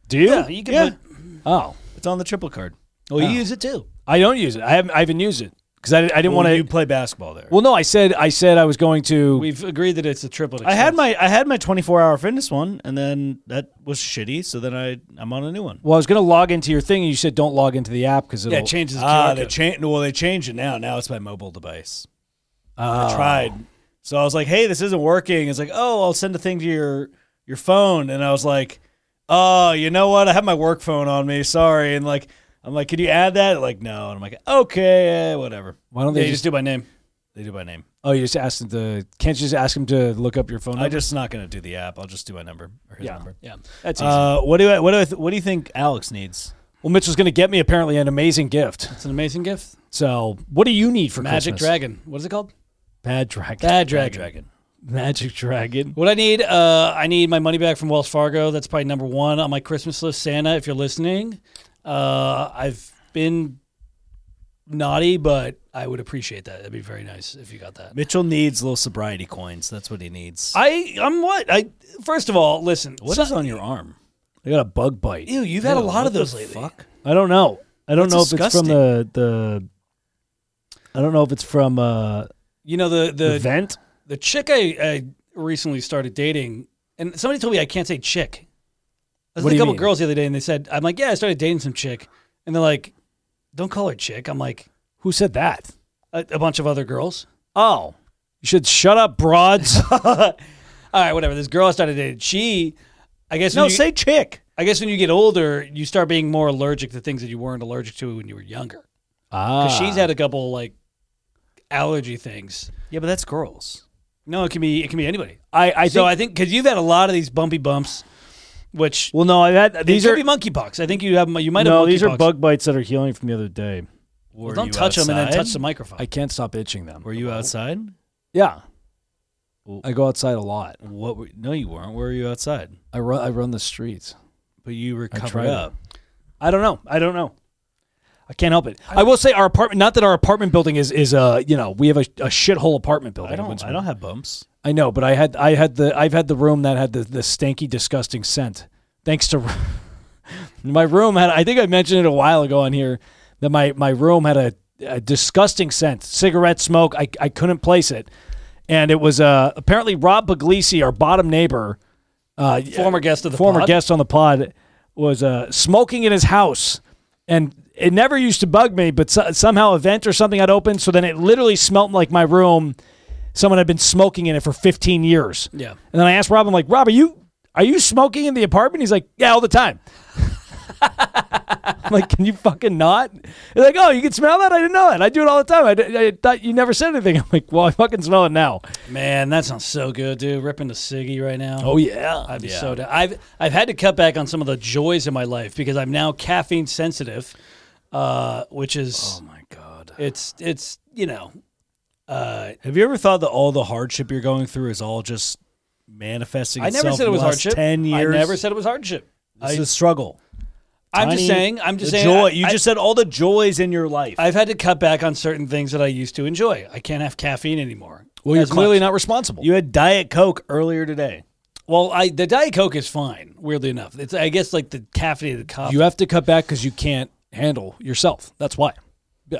Speaker 3: Do you?
Speaker 1: Yeah, you can.
Speaker 2: Yeah.
Speaker 1: Put,
Speaker 3: Oh.
Speaker 2: It's on the triple card.
Speaker 1: well, you use it too.
Speaker 3: I don't use it. I haven't I haven't used it. Because I, I didn't
Speaker 2: Well,
Speaker 3: want to
Speaker 2: you play basketball there.
Speaker 3: Well, no, I said I said I was going to.
Speaker 1: We've agreed that it's a triplet.
Speaker 2: I had my I had my 24 hour fitness one, and then that was shitty. So then I I'm on a new one.
Speaker 3: well, I was going to log into your thing, and you said don't log into the app because it'll.
Speaker 1: yeah, it changes. the
Speaker 2: Ah,
Speaker 1: QR
Speaker 2: they
Speaker 1: code.
Speaker 2: changed. Well, they changed it now. Now it's my mobile device. I tried. So I was like, hey, this isn't working. It's like, oh, I'll send a thing to your your phone, and I was like, oh, you know what? I have my work phone on me. Sorry, and like. I'm like, can you add that? Like, no. And I'm like, okay, eh, whatever.
Speaker 3: Why don't
Speaker 1: Yeah,
Speaker 3: they
Speaker 1: you just
Speaker 3: just?
Speaker 1: do by name.
Speaker 2: They do by name.
Speaker 3: Oh, you just asked them to. Can't you just ask them to look up your phone?
Speaker 1: Uh,
Speaker 2: I'm
Speaker 3: number?
Speaker 2: just not going to do the app. I'll just do my number or his
Speaker 3: Yeah.
Speaker 2: number.
Speaker 1: Yeah.
Speaker 3: That's easy.
Speaker 2: Uh, what do I, what do I th- what do you think Alex needs?
Speaker 3: well, Mitchell's going to get me apparently an amazing gift.
Speaker 1: It's an amazing gift.
Speaker 3: So, what do you need for
Speaker 1: Magic
Speaker 3: Christmas?
Speaker 1: Dragon. What is it called?
Speaker 3: Bad dragon.
Speaker 1: Bad Dragon.
Speaker 3: Magic dragon.
Speaker 1: What I need, uh, I need my money back from Wells Fargo. That's probably number one on my Christmas list. Santa, if you're listening, uh, I've been naughty, but I would appreciate that. That'd be very nice if you got that.
Speaker 2: Mitchell needs little sobriety coins. That's what he needs.
Speaker 1: I, I'm what I. First of all, listen.
Speaker 2: What
Speaker 1: so-
Speaker 2: is on your arm?
Speaker 3: I got a bug bite.
Speaker 1: Ew, you've had a
Speaker 2: Ew,
Speaker 1: lot of
Speaker 2: what the
Speaker 1: those lately.
Speaker 2: fuck?
Speaker 3: I don't know. I don't
Speaker 2: That's
Speaker 3: know if it's from the the. I don't know if it's from uh,
Speaker 1: You know the
Speaker 3: the,
Speaker 1: the the,
Speaker 3: vent.
Speaker 1: chick I, I recently started dating, and somebody told me I can't say chick. I was with
Speaker 3: What do
Speaker 1: a
Speaker 3: you
Speaker 1: couple
Speaker 3: mean?
Speaker 1: girls the other day, and they said, "I'm like, yeah, I started dating some chick," and they're like, "Don't call her chick." I'm like,
Speaker 3: Who said that?
Speaker 1: a, a bunch of other girls.
Speaker 3: Oh, you should shut up, broads.
Speaker 1: All right, whatever. This girl I started dating, she, I guess.
Speaker 2: No,
Speaker 1: when you,
Speaker 2: Oh, say chick.
Speaker 1: I guess when you get older, you start being more allergic to things that you weren't allergic to when you were younger.
Speaker 3: ah,
Speaker 1: 'Cause she's had a couple like allergy things.
Speaker 2: Yeah, but that's girls.
Speaker 1: No, it can be it can be anybody.
Speaker 3: I I
Speaker 1: so
Speaker 3: think-
Speaker 1: I think because you've had a lot of these bumpy bumps, which
Speaker 3: Well, no, I've had these
Speaker 1: these
Speaker 3: are
Speaker 1: could be monkeypox. I think you have you might have
Speaker 3: no, these are
Speaker 1: monkeypox.
Speaker 3: bug bites that are healing from the other day.
Speaker 1: Well, don't touch them and then touch the microphone.
Speaker 3: I can't stop itching them. Oh.
Speaker 2: Were you outside?
Speaker 3: Yeah,
Speaker 2: Well-
Speaker 3: I go outside a lot.
Speaker 2: What? Were, no, you weren't. Where were you outside?
Speaker 3: I run I run the streets.
Speaker 2: But you were
Speaker 3: tried
Speaker 2: covered
Speaker 3: it.
Speaker 2: up.
Speaker 3: I don't know. I don't know. I can't help it. I, will say our apartment. Not that our apartment building is is uh you know we have a, a shithole apartment building.
Speaker 2: I
Speaker 3: in
Speaker 2: don't.
Speaker 3: Winston.
Speaker 2: I don't have bumps.
Speaker 3: I know, but I had I had the I've had the room that had the the stanky, disgusting scent. Thanks to my room had. I think I mentioned it a while ago on here that my my room had a, a disgusting scent, cigarette smoke. I I couldn't place it, and it was uh apparently Rob Puglisi, our bottom neighbor, uh,
Speaker 1: Former guest of the
Speaker 3: former
Speaker 1: pod.
Speaker 3: guest on the pod, was uh smoking in his house. And it never used to bug me, but so- somehow a vent or something had opened, so then it literally smelled like my room someone had been smoking in it for 15 years.
Speaker 1: Yeah.
Speaker 3: And then I asked Rob, I'm like, Rob, are you are you smoking in the apartment? He's like, Yeah, all the time. I'm like, can you fucking not? He's like, oh, you can smell that? I didn't know that. I do it all the time. I, d- I thought you never said anything. I'm like, well, I fucking smell it now.
Speaker 1: Man, that sounds so good, dude. Ripping the ciggy right now.
Speaker 2: Oh,
Speaker 3: yeah.
Speaker 1: I'd be so. down. I've I've had to cut back on some of the joys in my life because I'm now caffeine sensitive, uh, which is
Speaker 2: Oh my god.
Speaker 1: it's it's you know, uh,
Speaker 2: Have you ever thought that all the hardship you're going through is all just manifesting
Speaker 1: I
Speaker 2: itself?
Speaker 1: never said
Speaker 2: in
Speaker 1: it was
Speaker 2: the last
Speaker 1: hardship.
Speaker 2: Ten years.
Speaker 1: I never said it was hardship.
Speaker 2: It's
Speaker 1: I-
Speaker 2: a struggle.
Speaker 1: I'm just
Speaker 2: Tiny-
Speaker 1: saying. I'm just
Speaker 2: the
Speaker 1: saying.
Speaker 2: Joy.
Speaker 1: I-
Speaker 2: you
Speaker 1: I-
Speaker 2: just said all the joys in your life.
Speaker 1: I've had to cut back on certain things that I used to enjoy. I can't have caffeine anymore.
Speaker 3: Well, you're
Speaker 1: As
Speaker 3: clearly
Speaker 1: much.
Speaker 3: not responsible.
Speaker 2: you had Diet Coke earlier today.
Speaker 1: Well, I the Diet Coke is fine. Weirdly enough, it's I guess like the caffeinated coffee.
Speaker 3: You have to cut back because you can't handle yourself. That's why.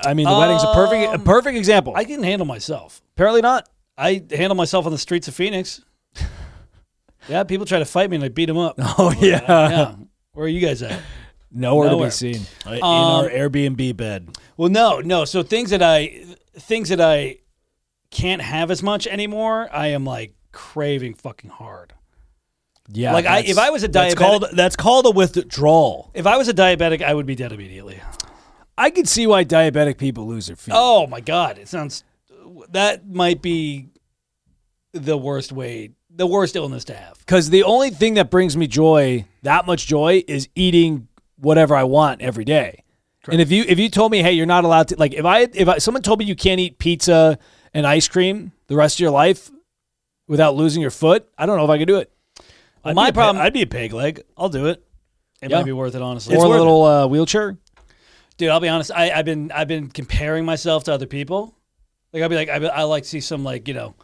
Speaker 3: I mean, the wedding's a perfect a
Speaker 1: Um,
Speaker 3: perfect example.
Speaker 1: I can handle myself.
Speaker 3: Apparently not.
Speaker 1: I handle myself on the streets of Phoenix. yeah, people try to fight me and I beat them up.
Speaker 3: Oh yeah,
Speaker 1: yeah. Where are you guys at?
Speaker 3: nowhere,
Speaker 1: Nowhere. Um,
Speaker 3: to be seen.
Speaker 2: in our Airbnb bed.
Speaker 1: Well, no, no. So things that I things that I can't have as much anymore, I am like craving fucking hard.
Speaker 3: Yeah,
Speaker 1: like I if I was a
Speaker 2: That's
Speaker 1: diabetic,
Speaker 2: called that's called a withdrawal.
Speaker 1: if I was a diabetic, I would be dead immediately.
Speaker 3: I could see why diabetic people lose their feet.
Speaker 1: Oh my god, it sounds that might be the worst way, the worst illness to have.
Speaker 3: Because the only thing that brings me joy, that much joy, is eating whatever I want every day. And if you if you told me, hey, you're not allowed to like if I if I, someone told me you can't eat pizza and ice cream the rest of your life without losing your foot, I don't know if I could do it.
Speaker 1: Well, my problem,
Speaker 2: I'd be a pig leg. I'll do it.
Speaker 1: it
Speaker 3: yeah.
Speaker 1: might be worth it honestly.
Speaker 3: Or a
Speaker 2: worth
Speaker 3: little uh, wheelchair.
Speaker 1: dude i'll be honest I, i've been i've been comparing myself to other people like i'll be like i, I like to see some like you know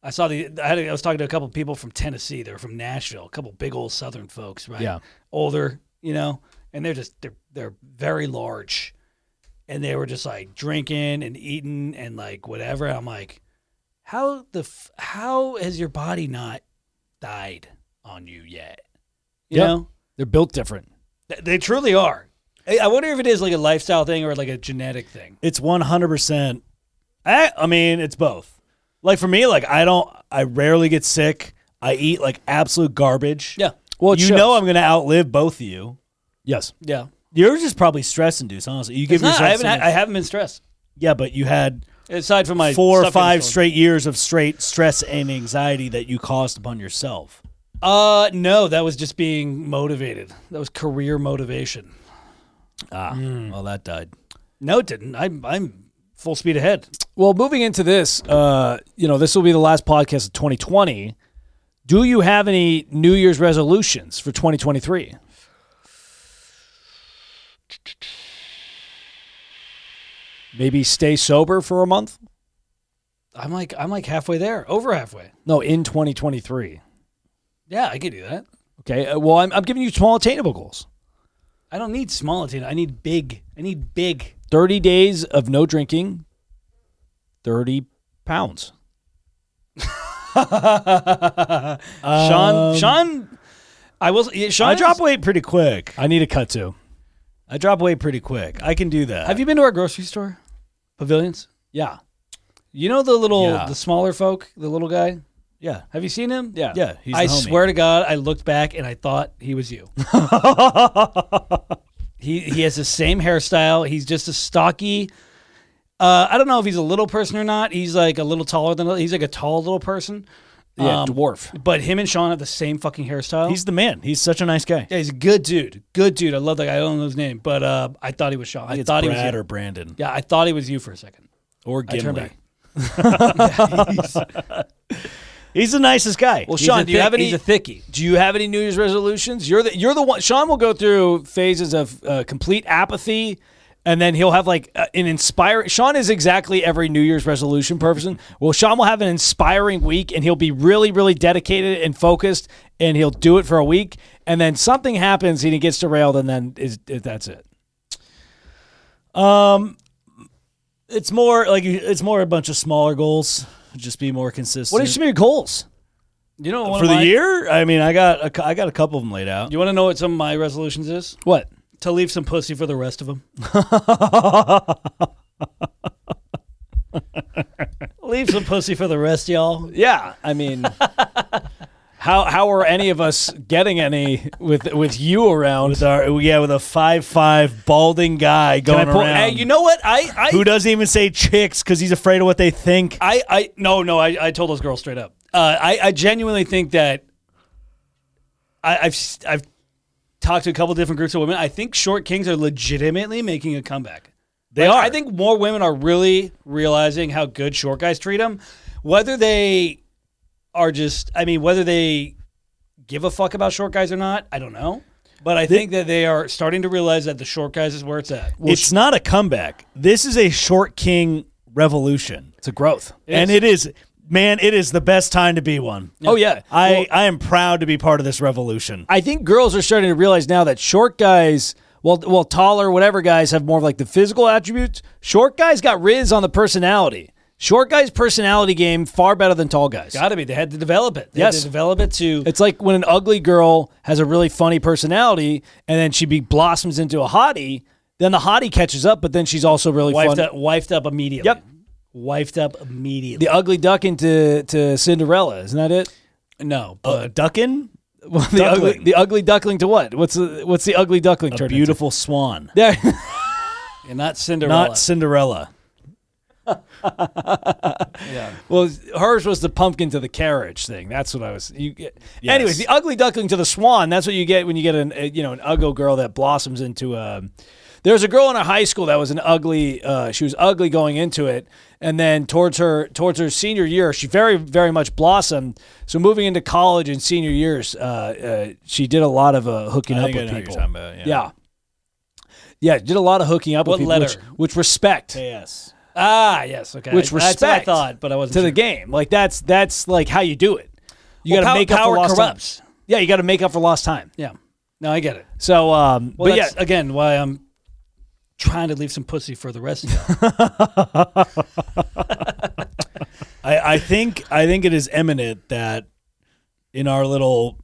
Speaker 1: i saw the I, had, a- I was talking to a couple people from tennessee they were from nashville a couple big old southern folks right
Speaker 3: Yeah.
Speaker 1: older you know and they're just they're, they're very large and they were just like drinking and eating and like whatever i'm like how the f- how has your body not died on you yet you
Speaker 3: Yeah.
Speaker 1: know
Speaker 3: They're built different.
Speaker 1: Th- They truly are. I I wonder if it is like a lifestyle thing or like a genetic thing.
Speaker 2: It's one hundred percent. I I mean, it's both. Like for me, like I don't. I rarely get sick. I eat like absolute garbage.
Speaker 1: Yeah.
Speaker 3: Well, it
Speaker 2: you
Speaker 3: shows.
Speaker 2: know I'm gonna outlive both of you.
Speaker 3: yes.
Speaker 1: Yeah.
Speaker 2: Yours is probably stress induced. Honestly, you give
Speaker 1: It's not-
Speaker 2: yourself.
Speaker 1: I haven't
Speaker 2: some-
Speaker 1: had, I haven't been stressed
Speaker 2: yeah, but you had
Speaker 1: aside from my
Speaker 2: four or
Speaker 1: stuff
Speaker 2: five
Speaker 1: getting stolen.
Speaker 2: straight years of straight stress and anxiety that you caused upon yourself.
Speaker 1: Uh no, that was just being motivated. That was career motivation.
Speaker 2: Ah, well, that died.
Speaker 1: No, it didn't. I'm I'm full speed ahead.
Speaker 3: Well, moving into this, uh, you know, this will be the last podcast of 2020. Do you have any New Year's resolutions for 2023? Maybe stay sober for a month?
Speaker 1: I'm like I'm like halfway there, over halfway.
Speaker 3: No, in 2023.
Speaker 1: Yeah, I could do that.
Speaker 3: Okay. uh, Well, I'm, I'm giving you small attainable goals
Speaker 1: I don't need small attainment. I need big. I need big.
Speaker 3: 30 days of no drinking, 30 pounds.
Speaker 1: Sean Sean I will yeah, Sean
Speaker 2: Um, I drop weight pretty quick.
Speaker 3: I need a cut too.
Speaker 2: I drop weight pretty quick. I can do that.
Speaker 1: Have you been to our grocery store? Pavilions?
Speaker 3: Yeah.
Speaker 1: You know the little,
Speaker 2: Yeah.
Speaker 1: the smaller folk, the little guy.
Speaker 2: Yeah.
Speaker 1: Have you seen him?
Speaker 3: Yeah.
Speaker 2: Yeah. He's
Speaker 1: I
Speaker 2: the homie.
Speaker 1: swear to God, I looked back and I thought he was you. he he has the same hairstyle. He's just a stocky. Uh, I don't know if he's a little person or not. He's like a little taller than he's like a tall little person.
Speaker 3: Yeah.
Speaker 1: Um,
Speaker 3: dwarf.
Speaker 1: But him and Sean have the same fucking hairstyle.
Speaker 2: He's the man. He's such a nice guy.
Speaker 1: yeah, he's a good dude. Good dude. I love that guy. I don't know his name, but uh, I thought he was Sean. I
Speaker 2: It's
Speaker 1: thought he was
Speaker 2: Brad
Speaker 1: you.
Speaker 2: or Brandon
Speaker 1: yeah, I thought he was you for a second.
Speaker 2: or
Speaker 1: I turned
Speaker 2: Gimli.
Speaker 1: back.
Speaker 2: He's the nicest guy.
Speaker 3: Well,
Speaker 1: He's
Speaker 3: Sean,
Speaker 1: a
Speaker 3: do you
Speaker 1: thick-
Speaker 3: have any?
Speaker 1: He's a thickie.
Speaker 3: Do you have any New Year's resolutions? You're the you're the one. Sean will go through phases of uh, complete apathy, and then he'll have like uh, an inspiring. Sean is exactly every New Year's resolution person. Well, Sean will have an inspiring week, and he'll be really really dedicated and focused, and he'll do it for a week, and then something happens, and he gets derailed, and then is it- that's it.
Speaker 2: it's more like you- it's more a bunch of smaller goals. Just be more consistent.
Speaker 3: What are some of your goals?
Speaker 1: You know, one
Speaker 2: for
Speaker 1: of
Speaker 2: the
Speaker 1: my-
Speaker 2: year? I mean, I got a cou- I got a couple of them laid out.
Speaker 1: You want to know what some of my resolutions is?
Speaker 3: What?
Speaker 1: To leave some pussy for the rest of them. leave some pussy for the rest, y'all.
Speaker 3: Yeah, I mean. How, how are any of us getting any with with you around?
Speaker 2: With our yeah, with a five five balding guy going
Speaker 3: pull-
Speaker 2: around.
Speaker 1: Hey, you know what? I I
Speaker 2: who doesn't even say chicks because he's afraid of what they think.
Speaker 1: I, I no no I, I told those girls straight up. Uh, I I genuinely think that I, I've s- I've talked to a couple different groups of women. I think short kings are legitimately making a comeback. They
Speaker 2: are.
Speaker 1: I think more women are really realizing how good short guys treat them. Whether they are just, I mean, whether they give a fuck about short guys or not, I don't know. But I think that they are starting to realize that the short guys is where it's at.
Speaker 2: it's not a comeback. This is a short king revolution.
Speaker 3: It's a growth.
Speaker 2: and it is man, it is the best time to be one.
Speaker 3: Oh yeah.
Speaker 2: I, I am proud to be part of this revolution.
Speaker 3: I think girls are starting to realize now that short guys, well, well, taller, whatever guys have more of like the physical attributes. Short guys got riz on the personality. Short guys' personality game far better than tall guys.
Speaker 1: Got to be. They had to develop it. They had
Speaker 3: Yes.
Speaker 1: to develop it to.
Speaker 3: It's like when an ugly girl has a really funny personality, and then she be blossoms into a hottie. Then the hottie catches up, but then she's also really
Speaker 1: wifed
Speaker 3: funny.
Speaker 1: up, wifed up immediately.
Speaker 3: Yep.
Speaker 1: Wifed up immediately.
Speaker 3: The ugly duck into to Cinderella, isn't that it?
Speaker 1: no, but
Speaker 2: Uh, Duckin,
Speaker 3: Well, the
Speaker 2: Duckling.
Speaker 3: ugly, the ugly duckling to what? What's the, what's the ugly duckling?
Speaker 2: a
Speaker 3: turned
Speaker 2: beautiful swan,
Speaker 3: into? Yeah.
Speaker 1: and not Cinderella.
Speaker 2: not Cinderella.
Speaker 3: Well, hers was the pumpkin to the carriage thing. That's what I was. You get. Anyways, the ugly duckling to the swan. That's what you get when you get an a, you know an uggo girl that blossoms into a. There's a girl in our high school that was an ugly. Uh, she was ugly going into it, and then towards her towards her senior year, she very very much blossomed. So moving into college and senior years, uh, uh, she did a lot of uh, hooking
Speaker 2: I
Speaker 3: up
Speaker 2: think I
Speaker 3: with
Speaker 2: know what you're
Speaker 3: people.
Speaker 2: talking about, yeah.
Speaker 3: yeah. Yeah, did a lot of hooking up
Speaker 1: What
Speaker 3: with people,
Speaker 1: letter?
Speaker 3: which, which respect
Speaker 2: Yes.
Speaker 1: ah, yes, okay.
Speaker 3: Which
Speaker 1: That's what I
Speaker 3: respect
Speaker 1: thought, but I wasn't
Speaker 3: to
Speaker 1: sure.
Speaker 3: the game. Like that's that's like how you do it. You
Speaker 1: Well,
Speaker 3: got
Speaker 1: pow-
Speaker 3: to make up
Speaker 1: power
Speaker 3: for lost
Speaker 1: corrupts.
Speaker 3: time. Yeah, you got to make up for lost time.
Speaker 1: Yeah. No, I get it.
Speaker 3: So, um,
Speaker 1: Well,
Speaker 3: but yeah,
Speaker 1: that's again why I'm trying to leave some pussy for the rest of you.
Speaker 2: I, I think I think it is eminent that in our little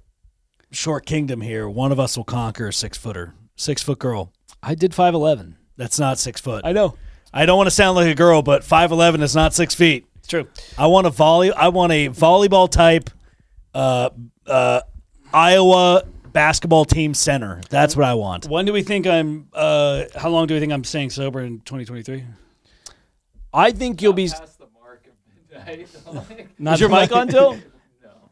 Speaker 2: short kingdom here, one of us will conquer a six footer, six foot girl.
Speaker 3: I did five eleven.
Speaker 2: That's not six foot.
Speaker 3: I
Speaker 2: I,
Speaker 3: know.
Speaker 2: don't want to sound like a girl, but five eleven is not six feet.
Speaker 1: It's true.
Speaker 2: I want a volley. I want a volleyball type, uh, uh, Iowa basketball team center. That's what I want.
Speaker 1: When do we think I'm? Uh, how long do we think I'm staying sober in 2023?
Speaker 3: I think you'll be.
Speaker 4: Past the mark of midnight.
Speaker 1: Not
Speaker 3: Is your mic on, Dill?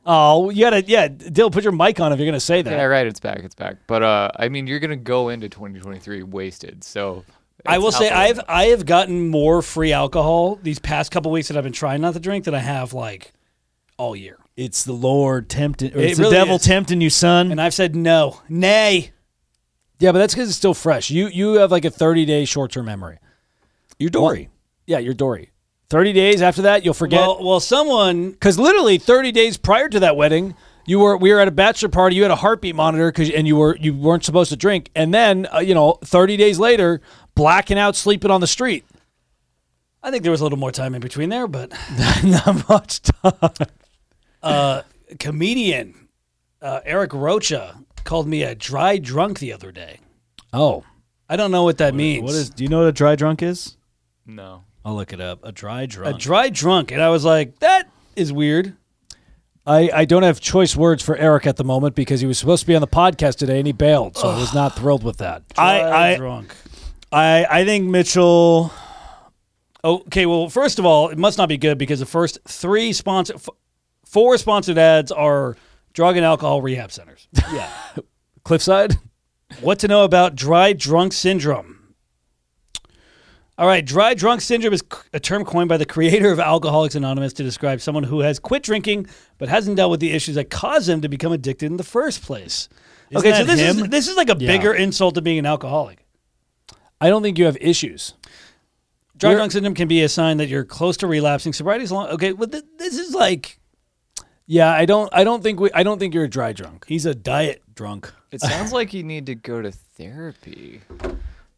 Speaker 3: Oh, you gotta yeah, Dill. Put your mic on if you're gonna say that.
Speaker 4: yeah, right. It's back. It's back. But uh, I mean, you're gonna go into 2023 wasted. So
Speaker 1: I
Speaker 4: it's
Speaker 1: will
Speaker 4: not
Speaker 1: say
Speaker 4: the-
Speaker 1: I've I have gotten more free alcohol these past couple weeks that I've been trying not to drink than I have like all year,
Speaker 2: It's the Lord tempting, or
Speaker 1: It
Speaker 2: it's
Speaker 1: really
Speaker 2: the devil
Speaker 1: is.
Speaker 2: tempting you, son.
Speaker 1: and I've said no, nay.
Speaker 3: Yeah, but that's because it's still fresh. You you have like a 30 day short term memory. You're Dory. yeah, you're Dory. 30 days after that, you'll forget.
Speaker 1: Well, well, someone
Speaker 3: Because literally 30 days prior to that wedding, you were we were at a bachelor party. You had a heartbeat monitor because and you were you weren't supposed to drink. And then uh, you know 30 days later, blacking out, sleeping on the street.
Speaker 1: I think there was a little more time in between there, but
Speaker 3: Not much time.
Speaker 1: Uh, comedian uh, Eric Rocha called me a dry drunk the other day.
Speaker 3: Oh,
Speaker 1: I don't know what that means.
Speaker 2: what is? Do you know what a dry drunk is?
Speaker 4: no.
Speaker 2: I'll look it up. A dry
Speaker 1: a
Speaker 2: drunk.
Speaker 1: dry drunk? And I was like, that is weird.
Speaker 3: I I don't have choice words for Eric at the moment because he was supposed to be on the podcast today and he bailed, so I was not thrilled with that.
Speaker 1: Dry
Speaker 2: I, I,
Speaker 1: drunk.
Speaker 2: I, I think Mitchell.
Speaker 1: Okay, well, first of all, it must not be good because the first three sponsor, f- four sponsored ads are drug and alcohol rehab centers.
Speaker 2: Yeah.
Speaker 3: Cliffside.
Speaker 1: what to know about dry drunk syndrome? All right, dry drunk syndrome is c- a term coined by the creator of Alcoholics Anonymous to describe someone who has quit drinking but hasn't dealt with the issues that cause them to become addicted in the first place.
Speaker 2: Isn't
Speaker 1: okay, so
Speaker 2: that
Speaker 1: this is
Speaker 2: him?
Speaker 1: this is like a bigger insult to being an alcoholic.
Speaker 3: I don't think you have issues.
Speaker 1: Dry
Speaker 3: We're-
Speaker 1: drunk syndrome can be a sign that you're close to relapsing. Sobriety is long. Okay, well, th- this is like
Speaker 3: Yeah, I don't. I don't think we. I don't think you're a dry drunk.
Speaker 2: He's a diet drunk.
Speaker 4: It sounds like you need to go to therapy.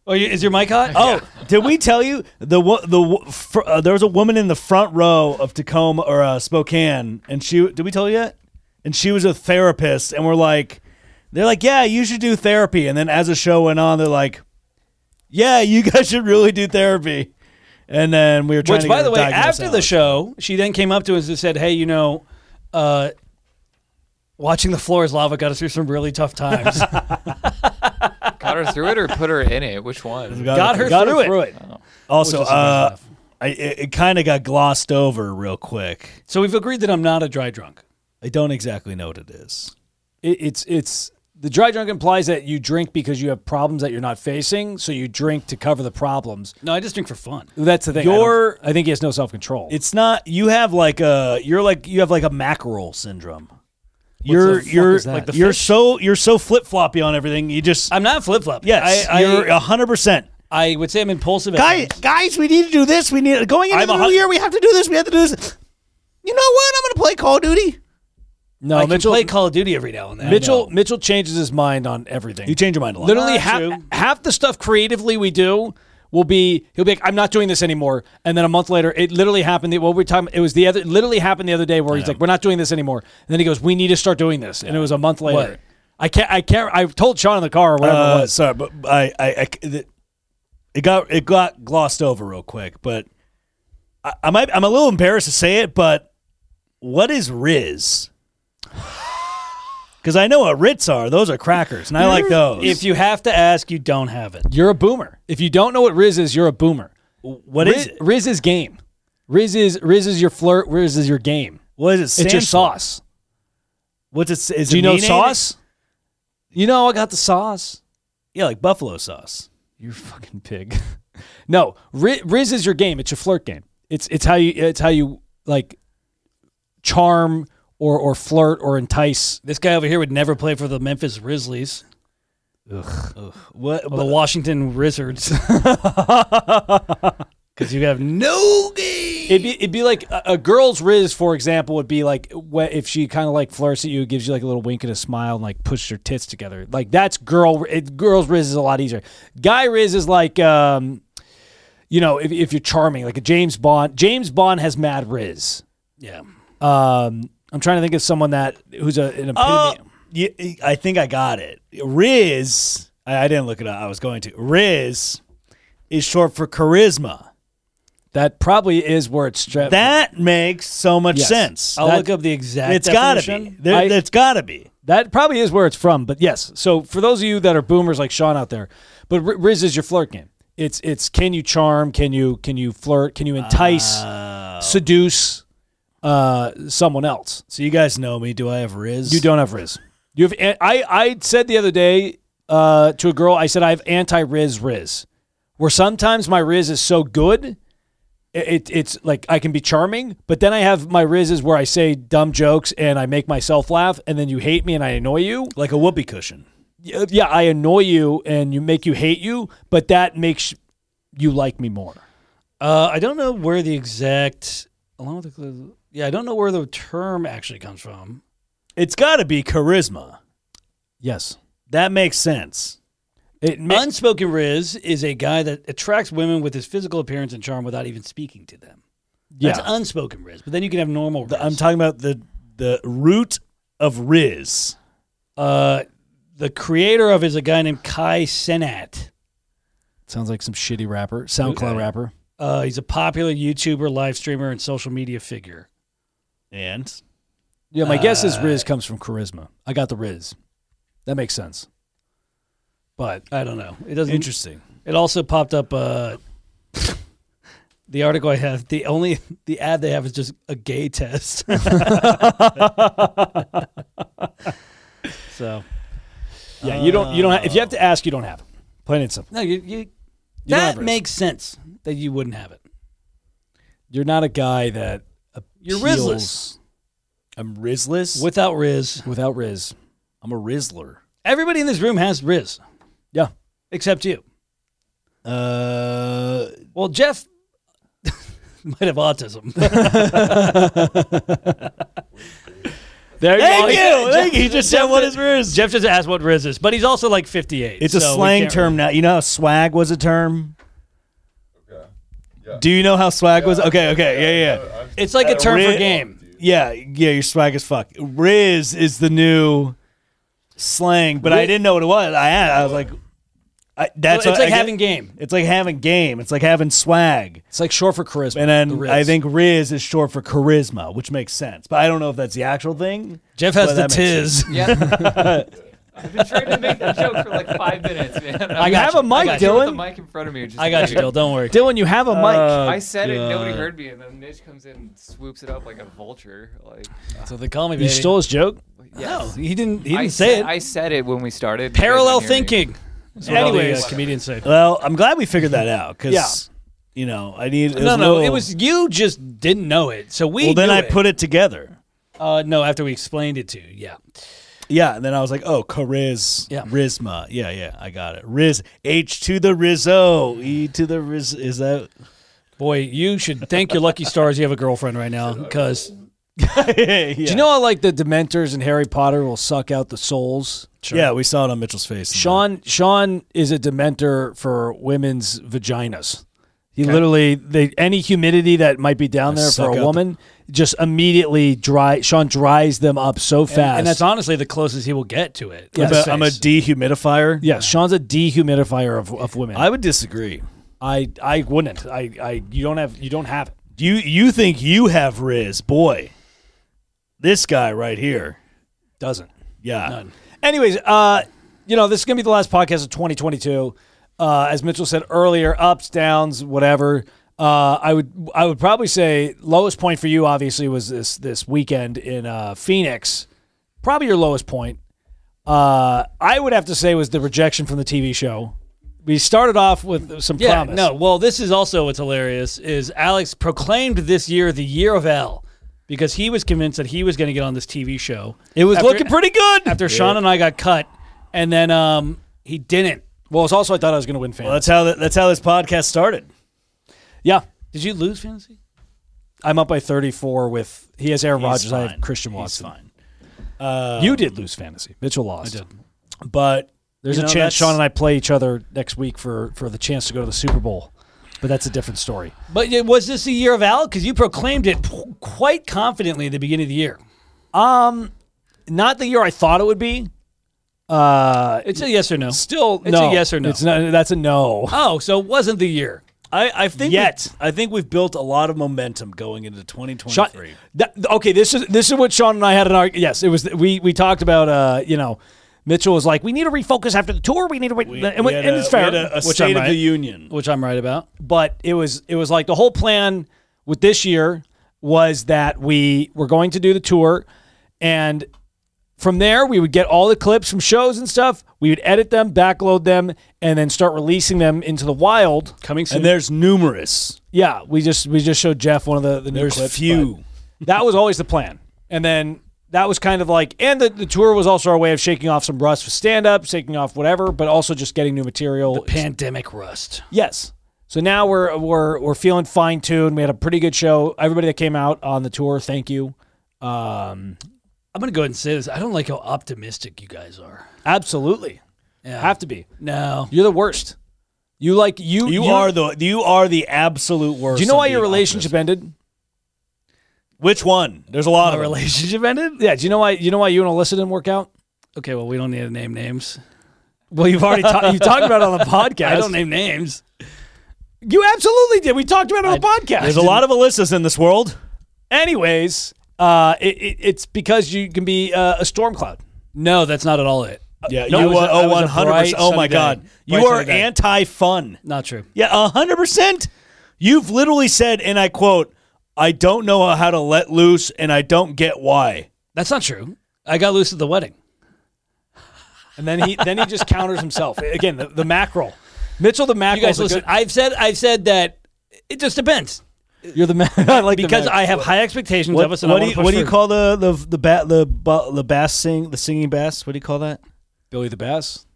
Speaker 1: Oh, you- is your mic hot?
Speaker 2: Oh, did we tell you the wo- the wo- fr- uh, there was a woman in the front row of Tacoma or uh, Spokane, and she did we tell you yet? And she was a therapist, and we're like, they're like, yeah, you should do therapy. And then as the show went on, they're like, yeah, you guys should really do therapy. And then we were trying
Speaker 1: Which,
Speaker 2: to
Speaker 1: by
Speaker 2: get
Speaker 1: the
Speaker 2: her
Speaker 1: way,
Speaker 2: diagnosed
Speaker 1: after the
Speaker 2: out.
Speaker 1: show, she then came up to us and said, "Hey, you know, uh, watching the floor is lava got us through some really tough times.
Speaker 4: Got her through it or put her in it? Which one?
Speaker 1: got her
Speaker 2: got
Speaker 1: through
Speaker 2: her
Speaker 1: it.
Speaker 2: through it. Also, uh, I, it, it kind of got glossed over real quick.
Speaker 1: so we've agreed that I'm not a dry drunk.
Speaker 2: I don't exactly know what it is.
Speaker 3: it, it's it's the dry drunk implies that you drink because you have problems that you're not facing, so you drink to cover the problems.
Speaker 1: No, I just drink for fun.
Speaker 3: That's the thing. I don't-
Speaker 2: Your-
Speaker 3: I, think he has no self control.
Speaker 2: It's not. You have like a. You're like you have like a mackerel syndrome. you're
Speaker 3: fuck
Speaker 2: you're
Speaker 3: is that? Like the
Speaker 2: you're
Speaker 1: fish?
Speaker 2: so you're so flip floppy on everything. You just
Speaker 1: I'm not flip flop.
Speaker 2: yes,
Speaker 1: I,
Speaker 2: you're
Speaker 1: I,
Speaker 2: hundred percent.
Speaker 1: I would say I'm impulsive. at
Speaker 2: Guys,
Speaker 1: times.
Speaker 2: guys, we need to do this. We need going into
Speaker 1: I'm
Speaker 2: the
Speaker 1: a
Speaker 2: new
Speaker 1: hun-
Speaker 2: year. We have to do this. We have to do this. You know what? I'm gonna play Call of Duty.
Speaker 3: No,
Speaker 1: I can
Speaker 3: Mitchell.
Speaker 1: play Call of Duty every now and then.
Speaker 3: Mitchell Mitchell changes his mind on everything.
Speaker 2: You change your mind a lot.
Speaker 3: Literally
Speaker 1: Ah,
Speaker 3: half,
Speaker 1: true.
Speaker 3: half the stuff creatively we do will be he'll be like, I'm not doing this anymore. And then a month later, it literally happened. What we're talking, it was the other literally happened the other day where he's like, we're not doing this anymore. And then he goes, we need to start doing this. And it was a month later.
Speaker 1: What?
Speaker 3: I can't. I can't. I told Sean in the car or whatever
Speaker 2: Uh,
Speaker 3: it was.
Speaker 2: Sorry, but I, I, I- the- it got it got glossed over real quick. But I, I might, I'm a little embarrassed to say it, but what is Riz? Because I know what Ritz are. Those are crackers, and I like those.
Speaker 1: If you have to ask, you don't have it.
Speaker 3: You're a boomer. If you don't know what Riz is, you're a boomer.
Speaker 2: what
Speaker 3: Riz,
Speaker 2: is it?
Speaker 3: Riz is game. Riz is Riz is your flirt. Riz is your game.
Speaker 2: What is it?
Speaker 3: It's your
Speaker 2: Samsung?
Speaker 3: sauce.
Speaker 2: What's it? Is
Speaker 3: Do you
Speaker 2: it
Speaker 3: know
Speaker 2: meat-aided?
Speaker 3: sauce? You know I got the sauce.
Speaker 2: Yeah, like buffalo sauce.
Speaker 3: You're a fucking pig. no, Riz, Riz is your game. It's your flirt game. It's it's how you it's how you like charm or or flirt or entice.
Speaker 1: This guy over here would never play for the Memphis Grizzlies
Speaker 2: What?
Speaker 1: or the Washington Wizards. Because you have no game.
Speaker 3: It'd be it'd be like a, a girl's Riz, for example, would be like wh- if she kind of like flirts at you, gives you like a little wink and a smile, and like pushes her tits together. Like that's girl. It, girl's Riz is a lot easier. Guy Riz is like. um you know, if, if you're charming, like a James Bond, James Bond has mad Riz.
Speaker 1: Yeah.
Speaker 3: Um, I'm trying to think of someone that who's a, an epitome.
Speaker 2: Oh, yeah, I think I got it. Riz. I, I didn't look it up. I was going to. Riz is short for charisma.
Speaker 3: That probably is where it's strapped.
Speaker 2: That makes so much
Speaker 3: Yes.
Speaker 2: sense.
Speaker 1: I'll
Speaker 3: That-
Speaker 1: look up the exact.
Speaker 2: It's gotta be.
Speaker 1: definition.
Speaker 2: There,
Speaker 3: I-
Speaker 2: it's gotta be.
Speaker 3: that probably is where it's from. But yes, so for those of you that are boomers like Sean out there, but R- Riz is your flirt game. It's it's can you charm? Can you can you flirt? Can you entice, seduce uh, someone else?
Speaker 2: So you guys know me. Do I have Riz?
Speaker 3: You don't have Riz. You have an- I I said the other day uh, to a girl. I said I have anti Riz Riz, where sometimes my Riz is so good, i- it, it's like I can be charming, but then I have my Rizzes where I say dumb jokes and I make myself laugh, and then you hate me and I annoy you.
Speaker 2: like a whoopee cushion.
Speaker 3: Y- uh, Yeah, I annoy you and you make you hate you, but that makes you like me more.
Speaker 1: Uh, I don't know where the exact along with the yeah, I don't know where the term actually comes from.
Speaker 2: It's gotta be charisma.
Speaker 3: Yes,
Speaker 2: That makes sense.
Speaker 3: it ma-
Speaker 1: Unspoken riz is a guy that attracts women with his physical appearance and charm without even speaking to them.
Speaker 3: yeah.
Speaker 1: That's unspoken riz, but then you can have normal riz.
Speaker 2: The- I'm talking about the the root of Riz.
Speaker 1: uh, the creator of is a guy named Kai Senat.
Speaker 2: Uh,
Speaker 3: Sounds like some shitty rapper, SoundCloud
Speaker 1: Okay.
Speaker 3: rapper.
Speaker 1: Uh, he's a popular YouTuber, live streamer, and social media figure.
Speaker 2: And
Speaker 3: Yeah, my guess is Riz comes from charisma. I got the Riz. That makes sense.
Speaker 1: But I don't know. It doesn't.
Speaker 2: interesting.
Speaker 1: It also popped up. Uh, the article I have. The only the ad they have is just a gay test. so
Speaker 3: Yeah, you don't. You don't. Have, if you have to ask, you don't have it. Plain and simple.
Speaker 1: no, you, you,
Speaker 3: don't have
Speaker 1: that
Speaker 3: Riz.
Speaker 1: makes sense that you wouldn't have it.
Speaker 3: You're not a guy that
Speaker 1: You're Rizless
Speaker 3: appeals
Speaker 2: I'm Rizless.
Speaker 1: without Riz.
Speaker 3: without Riz.
Speaker 2: I'm a Rizzler.
Speaker 1: Everybody in this room has Riz
Speaker 3: Yeah,
Speaker 1: except you.
Speaker 2: Uh,
Speaker 1: Well, Jeff might have autism. there
Speaker 2: thank you. Thank you. He just said what is Riz.
Speaker 1: Jeff just asked what Riz is, but he's also like 58.
Speaker 2: It's
Speaker 1: so
Speaker 2: a
Speaker 1: we
Speaker 2: slang
Speaker 1: can't
Speaker 2: term now. You know how swag was a term? Do you know how swag was? Okay, okay, yeah, yeah.
Speaker 1: really- It's like
Speaker 4: Uh,
Speaker 1: a term
Speaker 2: Riz-
Speaker 1: for game.
Speaker 2: Yeah, yeah, you're swag as fuck. Riz is the new slang, but I
Speaker 1: Riz-
Speaker 2: didn't know what it was. I had, I was like, I, that's
Speaker 1: It's like
Speaker 2: what- I get-
Speaker 1: having game.
Speaker 2: It's like having game. It's like having swag.
Speaker 3: it's like short for charisma.
Speaker 2: And
Speaker 3: the
Speaker 2: then
Speaker 3: Riz.
Speaker 2: I think Riz is short for charisma, which makes sense. But I don't know if that's the actual thing.
Speaker 1: Jeff has
Speaker 2: Well,
Speaker 1: the
Speaker 2: that makes
Speaker 1: tiz.
Speaker 4: Yeah. I've been trying to make that joke for like five minutes, man.
Speaker 1: I
Speaker 4: I'm
Speaker 1: got
Speaker 3: have
Speaker 1: you.
Speaker 3: a mic,
Speaker 1: I got you.
Speaker 4: sitting with
Speaker 3: Dylan.
Speaker 4: The mic in front of me. Just
Speaker 1: I got you, Oh, Dill. Don't worry.
Speaker 3: Dylan, you have a mic.
Speaker 4: I said it, nobody heard me, and then Mitch comes in and swoops it up like a vulture. Like,
Speaker 1: So they call me.
Speaker 3: you
Speaker 1: Baby.
Speaker 3: stole his joke.
Speaker 1: No,
Speaker 4: yes.
Speaker 1: he didn't. He didn't
Speaker 4: I
Speaker 1: say
Speaker 4: said-
Speaker 1: it.
Speaker 4: I said it when we started. You guys
Speaker 1: Parallel
Speaker 4: didn't hear me.
Speaker 1: thinking. That's what all the, uh,
Speaker 3: Anyways.
Speaker 1: comedians say.
Speaker 2: Well, I'm glad we figured that out because,
Speaker 3: Yeah.
Speaker 2: you know, I need.
Speaker 1: No, no, it
Speaker 2: a little-
Speaker 1: was you just didn't know it. So we.
Speaker 2: Well, then
Speaker 1: knew
Speaker 2: I
Speaker 1: it.
Speaker 2: put it together.
Speaker 1: Uh, no, after we explained it to you, yeah.
Speaker 2: Yeah, and then I was like, oh, chariz,
Speaker 1: Yeah.
Speaker 2: risma. Yeah, yeah, I got it. Riz, H to the Rizzo, E to the Riz. Is that?
Speaker 1: Boy, you should thank your lucky stars you have a girlfriend right now because
Speaker 2: yeah.
Speaker 3: Do you know how like the Dementors and Harry Potter will suck out the souls?
Speaker 2: Yeah, we saw it on Mitchell's face.
Speaker 3: Sean Sean is a Dementor for women's vaginas. He literally they any humidity that might be down there
Speaker 2: suck
Speaker 3: for
Speaker 2: out
Speaker 3: a
Speaker 2: the-
Speaker 3: woman just immediately dry. Sean dries them up so fast.
Speaker 1: and that's honestly the closest he will get to it.
Speaker 2: I'm,
Speaker 1: Let's
Speaker 2: a, I'm a
Speaker 1: face it.
Speaker 2: dehumidifier.
Speaker 3: yeah, Sean's a dehumidifier of, of women.
Speaker 2: I would disagree.
Speaker 3: I I wouldn't. I, I you don't have you don't have it.
Speaker 2: You you think you have Riz, boy? This guy right here.
Speaker 3: Doesn't.
Speaker 2: Yeah.
Speaker 3: Anyways, uh, you know, this is gonna be the last podcast of 2022. Uh, as Mitchell said earlier, ups, downs, whatever. Uh, I would I would probably say lowest point for you obviously was this this weekend in uh, Phoenix. Probably your lowest point. Uh, I would have to say was the rejection from the TV show. We started off with some
Speaker 1: Yeah,
Speaker 3: promise.
Speaker 1: no. Well, this is also what's hilarious is Alex proclaimed this year the year of L because he was convinced that he was going to get on this TV show.
Speaker 3: it was
Speaker 1: After-
Speaker 3: looking pretty good.
Speaker 1: after Sean and I got cut, and then um, he didn't.
Speaker 3: well, it's also I thought I was gonna win fans.
Speaker 2: Well, that's how th- that's how this podcast started.
Speaker 3: yeah,
Speaker 1: Did you lose fantasy?
Speaker 3: I'm up by 34 with he has Aaron
Speaker 2: He's
Speaker 3: Rodgers. I
Speaker 2: fine.
Speaker 3: have Christian
Speaker 2: He's
Speaker 3: Watson. Uh,
Speaker 2: fine.
Speaker 3: you did lose fantasy. Mitchell lost.
Speaker 2: But
Speaker 3: There's
Speaker 2: you
Speaker 3: a
Speaker 2: know,
Speaker 3: chance
Speaker 2: that's-
Speaker 3: Sean and I play each other next week for for the chance to go to the Super Bowl, but that's a different story.
Speaker 1: But it- was this the year of Al? Because you proclaimed it p- quite confidently at the beginning of the year.
Speaker 3: Not the year I thought it would be. Uh,
Speaker 1: It's a yes or no.
Speaker 3: still
Speaker 1: It's
Speaker 3: no.
Speaker 1: a yes or no.
Speaker 3: It's not. That's a no.
Speaker 1: Oh, so it wasn't the year.
Speaker 2: I, I think
Speaker 3: Yet.
Speaker 2: we- I think we've built a lot of momentum going into
Speaker 3: Sean,
Speaker 2: 2023.
Speaker 3: that, okay, this is this is what Sean and I had an argument. Yes, it was. We we talked about uh, you know, Mitchell was like, we need to refocus after the tour. We need to,
Speaker 2: We-
Speaker 3: and,
Speaker 2: we
Speaker 3: we-
Speaker 2: had
Speaker 3: and
Speaker 2: a-
Speaker 3: it's
Speaker 2: we
Speaker 3: fair.
Speaker 2: had a, a
Speaker 3: which I'm
Speaker 2: State of
Speaker 3: right.
Speaker 2: the Union.
Speaker 1: Which I'm right about.
Speaker 3: but it was it was like the whole plan with this year was that we were going to do the tour and from there we would get all the clips from shows and stuff we would edit them backload them and then start releasing them into the wild
Speaker 1: Coming soon.
Speaker 2: And there's numerous.
Speaker 3: yeah we just we just showed jeff one of the, the new
Speaker 2: There's
Speaker 3: clips
Speaker 2: few.
Speaker 3: but that was always the plan and then that was kind of like and the, the tour was also our way of shaking off some rust with stand-up shaking off whatever but also just getting new material It's-
Speaker 1: Pandemic rust.
Speaker 3: Yes. So now we're we're we're feeling fine tuned. We had a pretty good show. Everybody that came out on the tour, thank you. Um,
Speaker 1: I'm gonna go ahead and say this. I don't like how optimistic you guys are.
Speaker 3: absolutely,
Speaker 1: Yeah.
Speaker 3: have to be.
Speaker 1: no.
Speaker 3: You're the worst. You like you
Speaker 2: You are the you are the absolute worst.
Speaker 3: Do you know
Speaker 2: at
Speaker 3: why your
Speaker 2: being
Speaker 3: relationship ended?
Speaker 2: honest. Which one? There's a lot of them.
Speaker 1: Relationship ended?
Speaker 3: Yeah. Do you know why you know why you and Alyssa didn't work out?
Speaker 1: Okay, well, we don't need to name names.
Speaker 3: Well, you've already ta- you talked about it on the podcast.
Speaker 1: I don't name names.
Speaker 3: You absolutely did. We talked about it on the podcast.
Speaker 2: There's a lot of Alyssas in this world.
Speaker 3: Anyways, uh, it, it, it's because you can be uh, a storm cloud.
Speaker 1: No, that's not at all it.
Speaker 2: Yeah,
Speaker 1: No,
Speaker 2: you
Speaker 1: it was a-
Speaker 2: are
Speaker 1: it
Speaker 2: oh,
Speaker 1: was a
Speaker 2: 100%.
Speaker 1: bright
Speaker 2: Oh
Speaker 1: sunny
Speaker 2: my
Speaker 1: day.
Speaker 2: god.
Speaker 1: Bright
Speaker 2: You are
Speaker 1: sunny day.
Speaker 2: anti-fun.
Speaker 1: Not true.
Speaker 2: Yeah, 100%. You've literally said and I quote, "I don't know how to let loose and I don't get why."
Speaker 1: That's not true. I got loose at the wedding.
Speaker 3: And then he then he just counters himself again. The, the mackerel, Mitchell. The
Speaker 1: You
Speaker 3: mackerel.
Speaker 1: guys listen. I've said I've said that it just depends
Speaker 3: You're the man. I like the
Speaker 1: because
Speaker 3: man.
Speaker 1: I have high expectations
Speaker 2: What,
Speaker 1: of us. And I
Speaker 2: what do
Speaker 1: wanna
Speaker 2: you,
Speaker 1: push
Speaker 2: what do you
Speaker 1: through.
Speaker 2: call the the the bat the bu- the bass sing the singing bass? What do you call that?
Speaker 3: Billy the Bass.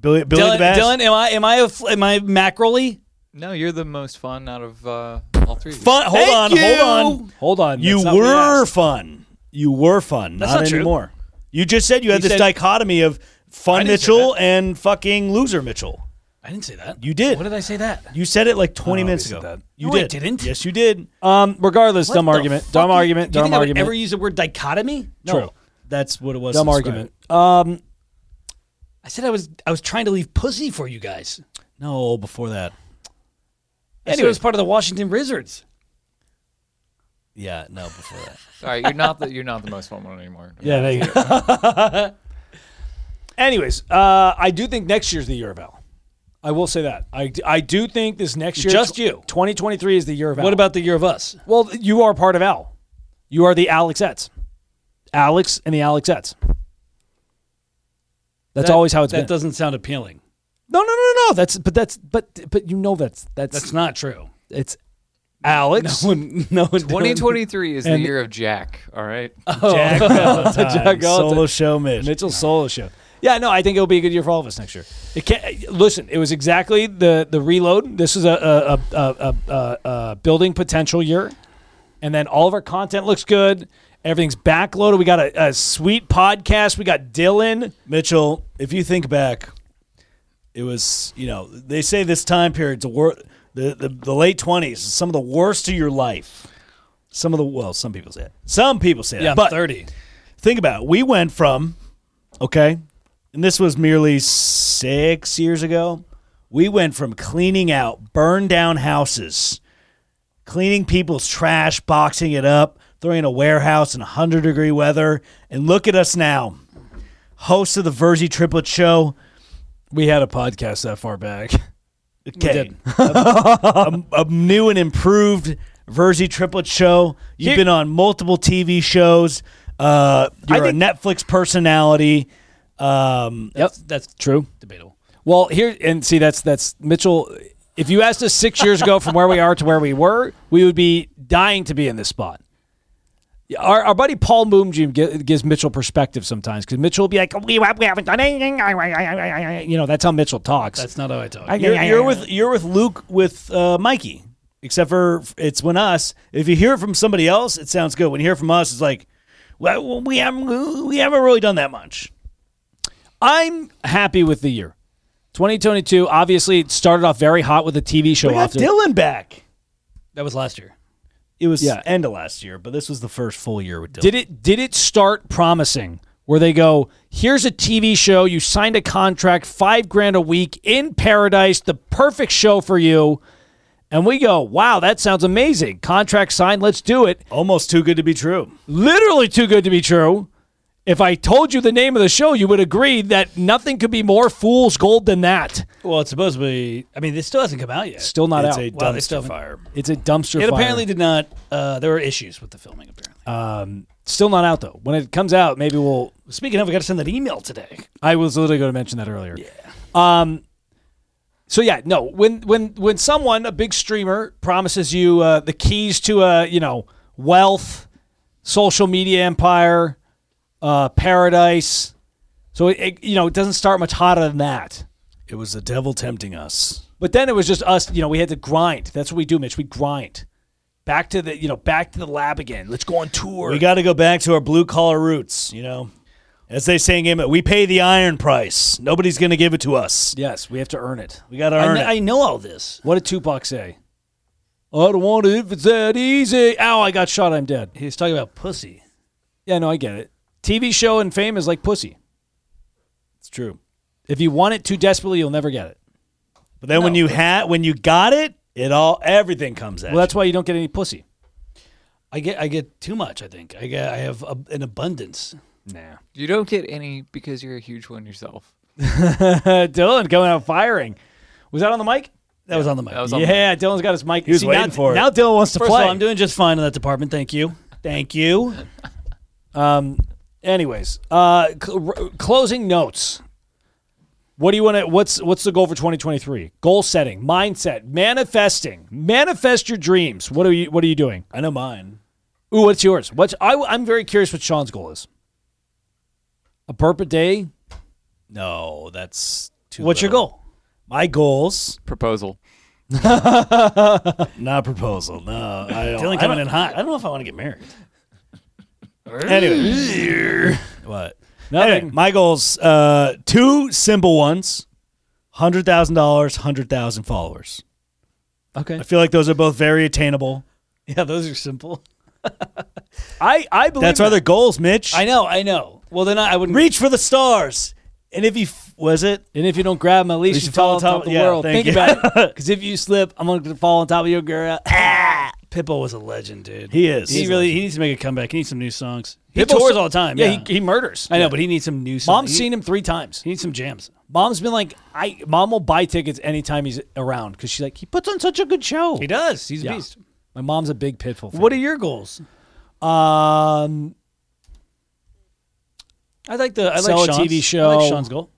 Speaker 2: Billy, Billy
Speaker 1: Dylan,
Speaker 2: the bass.
Speaker 1: Dylan, am I am I a, fl- am I mackerel-y?
Speaker 4: No, you're the most fun out of uh, all three. Of you.
Speaker 2: Fun. Hold on. Hold on.
Speaker 3: Hold on.
Speaker 2: You
Speaker 3: that's not what we
Speaker 2: were
Speaker 3: asked.
Speaker 2: fun. You were fun.
Speaker 1: That's
Speaker 2: not,
Speaker 1: not true.
Speaker 2: anymore. You just said you had
Speaker 1: You
Speaker 2: this
Speaker 1: said-
Speaker 2: dichotomy of fun
Speaker 4: didn't say
Speaker 2: Mitchell and fucking loser Mitchell.
Speaker 1: I didn't say that.
Speaker 2: You did.
Speaker 1: What did I say that?
Speaker 2: You said it like 20
Speaker 3: I don't know
Speaker 2: minutes
Speaker 3: if he
Speaker 2: ago.
Speaker 3: said that.
Speaker 2: You
Speaker 1: No, I
Speaker 2: did.
Speaker 1: didn't.
Speaker 2: Yes, you did.
Speaker 3: Um, regardless, dumb
Speaker 1: What the
Speaker 3: argument.
Speaker 1: fuck
Speaker 3: Dumb
Speaker 1: you-
Speaker 3: argument.
Speaker 1: Do you
Speaker 3: Dumb
Speaker 1: think I would
Speaker 3: argument.
Speaker 1: ever use the word dichotomy?
Speaker 2: No,
Speaker 3: True.
Speaker 2: That's what it was.
Speaker 3: Dumb
Speaker 2: to describe
Speaker 3: argument.
Speaker 2: it.
Speaker 3: Um,
Speaker 1: I said I was I was trying to leave pussy for you guys.
Speaker 2: No, before that.
Speaker 1: Anyway, it was part of the Washington Wizards.
Speaker 2: Yeah, no, before that.
Speaker 4: Sorry, you're not the you're not the most fun one anymore.
Speaker 3: yeah. There you go. Anyways, uh, I do think next year's the year of Al. I will say that. I, I do think this next year,
Speaker 1: Just you.
Speaker 3: 2023 is the year of Al.
Speaker 1: What about the year of us?
Speaker 3: Well, you are part of Al. You are the Alexettes. Alex and the Alexettes. That's
Speaker 1: That-
Speaker 3: always how it's
Speaker 1: that
Speaker 3: been.
Speaker 1: doesn't sound appealing.
Speaker 3: No, no, no, no. That's but that's but but you know that's that's,
Speaker 1: That's not true.
Speaker 3: it's
Speaker 1: Alex. No one, no one doing-
Speaker 4: 2023 is the year of Jack. All right.
Speaker 1: Oh.
Speaker 2: Jack Valentine,
Speaker 3: Jack Valentine.
Speaker 2: solo show Mitch.
Speaker 3: Mitchell solo show. Yeah, no, I think it'll be a good year for all of us next year. It can't, listen, it was exactly the the reload. This is a a, a, a, a a building potential year, and then all of our content looks good. Everything's backloaded. We got a, a sweet podcast. We got Dylan.
Speaker 2: Mitchell, if you think back, it was you know they say this time period's the wor- the, the the late twenties, some of the worst of your life. Some of the well, some people say it. Some people say
Speaker 1: Yeah,
Speaker 2: that.
Speaker 1: I'm
Speaker 2: But
Speaker 1: 30.
Speaker 2: think about it. We went from okay, and this was merely six years ago. We went from cleaning out burned down houses, cleaning people's trash, boxing it up, throwing it in a warehouse in 100 degree weather, and look at us now. Host of the Verzi Triplet Show.
Speaker 3: We had a podcast that far back.
Speaker 2: Okay.
Speaker 3: did.
Speaker 2: a, a new and improved Verzi Triplet show. You've
Speaker 3: Here-
Speaker 2: been on multiple TV shows. Uh, you're a
Speaker 3: think-
Speaker 2: Netflix personality. Um,
Speaker 3: Yep,
Speaker 1: That's
Speaker 3: true.
Speaker 1: debatable.
Speaker 3: Well, here and see that's that's Mitchell. If you asked us six years ago from where we are to where we were, we would be dying to be in this spot. Our, our buddy Paul Moomjum gi- gives Mitchell perspective sometimes because Mitchell will be like, we, we haven't done anything. You know, that's how Mitchell talks.
Speaker 1: That's not how I talk.
Speaker 3: I-
Speaker 2: you're,
Speaker 3: yeah, yeah,
Speaker 2: you're
Speaker 3: yeah.
Speaker 2: with you're with Luke with uh, Mikey. Except for f- it's when us. If you hear it from somebody else, it sounds good. When you hear it from us, it's like, well, we haven't we haven't really done that much.
Speaker 3: I'm happy with the year. 2022, obviously, it started off very hot with a TV show.
Speaker 2: We got
Speaker 3: off to-
Speaker 2: Dylan back.
Speaker 1: that was last year.
Speaker 2: It was
Speaker 3: Yeah.
Speaker 2: end of last year, but this was the first full year with Dylan.
Speaker 3: Did it did it start promising? Where they go, here's a TV show, you signed a contract, five grand a week in paradise, the perfect show for you. And we go, wow, that sounds amazing. Contract signed, let's do it.
Speaker 2: Almost too good to be true.
Speaker 3: Literally too good to be true. If I told you the name of the show, you would agree that nothing could be more fool's gold than that.
Speaker 1: Well, it's supposed to be. I mean, this still hasn't come out yet.
Speaker 3: Still not
Speaker 2: it's
Speaker 3: out.
Speaker 2: a
Speaker 1: Wow, they
Speaker 2: dumpster
Speaker 1: still haven't-
Speaker 2: fire.
Speaker 3: it's a dumpster.
Speaker 1: it
Speaker 3: fire.
Speaker 1: apparently did not. Uh, there were issues with the filming. Apparently.
Speaker 3: um, still not out though. When it comes out, maybe we'll
Speaker 1: Speaking of, we got to send that email today.
Speaker 3: I was literally going to mention that earlier. Yeah. Um. So yeah, no. When when when someone a big streamer promises you uh, the keys to a you know wealth, social media empire, uh, paradise. So it, it you know it doesn't start much hotter than that.
Speaker 2: It was the devil tempting us.
Speaker 3: But then it was just us. You know we had to grind. That's what we do, Mitch. We grind. Back to the you know back to the lab again. Let's go on tour.
Speaker 2: We got to go back to our blue collar roots, you know. As they say in game, we pay the iron price. Nobody's going to give it to us.
Speaker 3: yes, we have to earn it.
Speaker 2: We got to
Speaker 1: I
Speaker 2: earn
Speaker 1: kn-
Speaker 2: it.
Speaker 1: I know all this.
Speaker 3: What did Tupac say? I don't want it if it's that easy. Ow, I got shot. I'm dead.
Speaker 1: He's talking about pussy.
Speaker 3: Yeah, no, I get it. TV show and fame is like pussy.
Speaker 2: it's true.
Speaker 3: If you want it too desperately, you'll never get it.
Speaker 2: But then when you had when you got it, it all everything comes at
Speaker 3: Well, that's why you don't get any pussy.
Speaker 1: I get. I get too much. I think. I get. I have a, an abundance.
Speaker 3: Nah.
Speaker 4: You don't get any because you're a huge one yourself.
Speaker 3: Dylan going out firing. Was that on the mic?
Speaker 1: That was on the mic.
Speaker 4: That was on the
Speaker 3: Yeah, Dylan's got his mic. He
Speaker 2: was waiting
Speaker 3: now,
Speaker 2: for it.
Speaker 3: Now Dylan wants to
Speaker 1: First
Speaker 3: play.
Speaker 1: of all, I'm doing just fine in that department. Thank you. Thank you.
Speaker 3: um, anyways, uh, cl- r- closing notes. What do you want to? What's what's the goal for 2023? Goal setting, mindset, manifesting, manifest your dreams. What are you What are you doing?
Speaker 2: you. I know mine.
Speaker 3: Ooh, what's yours? What's I, I'm very curious what Sean's goal is. A burp a day.
Speaker 2: No, that's too
Speaker 1: What's your
Speaker 2: little.
Speaker 1: goal?
Speaker 2: My goals,
Speaker 4: Proposal.
Speaker 1: Oh
Speaker 2: not proposal. No, I
Speaker 1: Dylan
Speaker 2: don't. I don't,
Speaker 1: coming in hot.
Speaker 2: I don't know if I want to get married. anyway, what?
Speaker 3: Nothing.
Speaker 2: Anyway, my goals, uh, two simple ones: hundred thousand dollars, hundred thousand followers.
Speaker 3: Okay.
Speaker 2: I feel like those are both very attainable.
Speaker 1: Yeah, those are simple.
Speaker 3: I I believe
Speaker 2: That's
Speaker 3: that.
Speaker 2: our other goals, Mitch.
Speaker 1: I know. I know. Well, then I, I wouldn't.
Speaker 2: Reach for the stars. And if you f- was it,
Speaker 3: And if you don't grab him, at least you
Speaker 2: should
Speaker 3: fall
Speaker 2: fall
Speaker 3: on top
Speaker 2: top-
Speaker 3: of the
Speaker 2: yeah,
Speaker 3: world.
Speaker 2: thank
Speaker 3: Think
Speaker 2: you.
Speaker 3: about it. Because if you slip, I'm going to fall on top of your girl.
Speaker 1: Pitbull was a legend, dude.
Speaker 2: he is.
Speaker 1: He really. He needs to make a comeback. He needs some new songs. He
Speaker 3: Pitbull
Speaker 1: tours
Speaker 3: still-
Speaker 1: all the time.
Speaker 3: yeah,
Speaker 1: Yeah.
Speaker 3: He, he murders.
Speaker 1: I know, but he needs some new songs.
Speaker 3: Mom's
Speaker 1: he,
Speaker 3: seen him three times.
Speaker 1: He needs some jams.
Speaker 3: Mom's been like, I. Mom will buy tickets anytime he's around because she's like, he puts on such a good show.
Speaker 1: He does. He's a
Speaker 3: Yeah.
Speaker 1: beast.
Speaker 3: My mom's a big pitfall. Fan.
Speaker 1: What are your goals?
Speaker 3: Um,
Speaker 1: I like the I like
Speaker 3: Sell a
Speaker 1: Sean's.
Speaker 3: TV
Speaker 1: I
Speaker 3: show.
Speaker 1: like Sean's goal.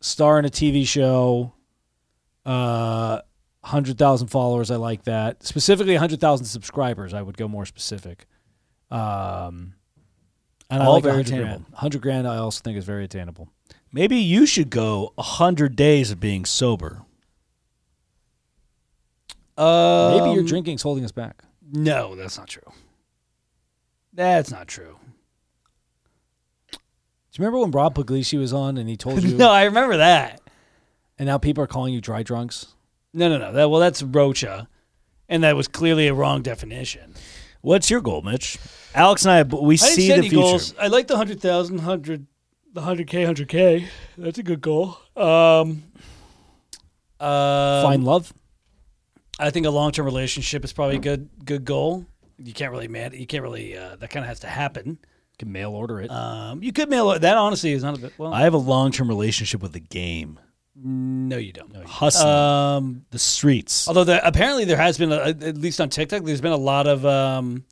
Speaker 3: star in a TV show, uh, hundred thousand followers. I like that. Specifically, hundred thousand subscribers. I would go more specific. Um, and I
Speaker 2: All
Speaker 3: like
Speaker 2: very
Speaker 3: 100 grand.
Speaker 2: attainable.
Speaker 3: Hundred grand. I also think is very attainable.
Speaker 2: Maybe you should go 100 days of being sober.
Speaker 1: Uh,
Speaker 3: Maybe your drinking's holding us back.
Speaker 1: No, that's not true. That's not true.
Speaker 3: Do you remember when Rob Puglisi was on and he told you?
Speaker 1: No, I remember that.
Speaker 3: And now people are calling you dry drunks.
Speaker 1: No, no, no. That well, that's Rocha, and that was clearly a wrong definition.
Speaker 2: What's your goal, Mitch? Alex and I, we
Speaker 1: I didn't
Speaker 2: see
Speaker 1: set
Speaker 2: the
Speaker 1: any
Speaker 2: future.
Speaker 1: goals. I like the 100,000, 100, the 100K, 100K. That's a good goal. Um, uh,
Speaker 3: Find love.
Speaker 1: I think a long-term relationship is probably a good, good goal. You can't really man. You can't really. Uh, that kind of has to happen.
Speaker 3: Can mail order it.
Speaker 1: Um, you could mail that. Honestly, is not a bit. Well,
Speaker 2: I have a long term relationship with the game,
Speaker 1: no, you don't.
Speaker 2: hustling,
Speaker 1: Um,
Speaker 2: the streets.
Speaker 1: Although there, apparently there has been, a, at least on TikTok, there's been a lot of um,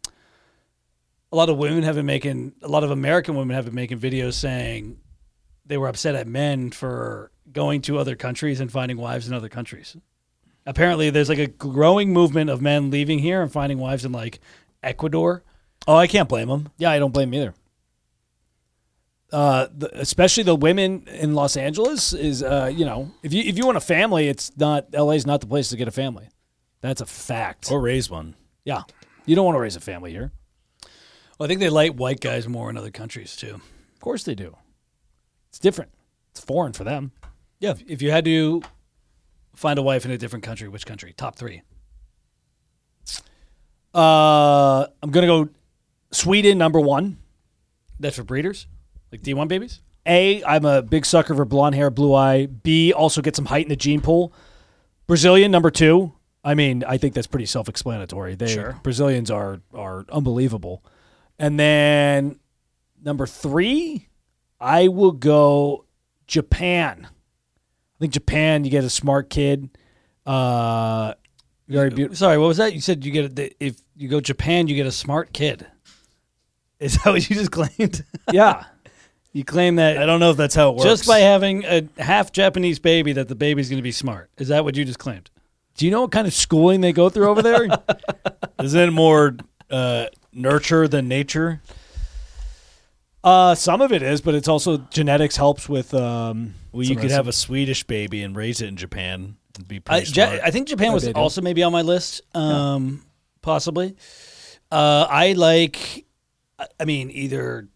Speaker 1: a lot of women have been making, a lot of American women have been making videos saying they were upset at men for going to other countries and finding wives in other countries. Apparently, there's like a growing movement of men leaving here and finding wives in like Ecuador.
Speaker 2: Oh, I can't blame them.
Speaker 3: yeah, I don't blame 'em either. Uh, the, especially the women in Los Angeles is, uh, you know, if you if you want a family, it's not LA's not the place to get a family. That's a fact.
Speaker 2: Or raise one.
Speaker 3: yeah, you don't want to raise a family here.
Speaker 1: Well, I think they like white guys more in other countries too.
Speaker 3: Of course they do. It's different. It's foreign for them.
Speaker 1: Yeah. If you had to find a wife in a different country, which country? Top three.
Speaker 3: Uh, I'm gonna go Sweden number one.
Speaker 1: That's for breeders, like D1 babies.
Speaker 3: A, I'm a big sucker for blonde hair, blue eye. B, also get some height in the gene pool. Brazilian number two. I mean, I think that's pretty self-explanatory. They
Speaker 1: Sure.
Speaker 3: Brazilians are are unbelievable. And then number three, I will go Japan. I think Japan, you get a smart kid. Uh, very beautiful.
Speaker 1: Sorry, what was that? You said you get a, that if you go Japan, you get a smart kid. Is that what you just claimed?
Speaker 3: yeah.
Speaker 1: you claim that
Speaker 2: I don't know if that's how it works.
Speaker 1: just by having a half Japanese baby that the baby's going to be smart. Is that what you just claimed?
Speaker 3: Do you know what kind of schooling they go through over there?
Speaker 2: Isn't it more uh, nurture than nature?
Speaker 3: uh, some of it is, but it's also genetics helps with. Um,
Speaker 2: Well, you could have a Swedish baby and raise it in Japan. It'd be
Speaker 1: I,
Speaker 2: pretty
Speaker 1: Ja-
Speaker 2: smart.
Speaker 1: I think Japan was
Speaker 3: Maybe I do.
Speaker 1: also maybe on my list, um, possibly. Uh, I like, I- I mean, either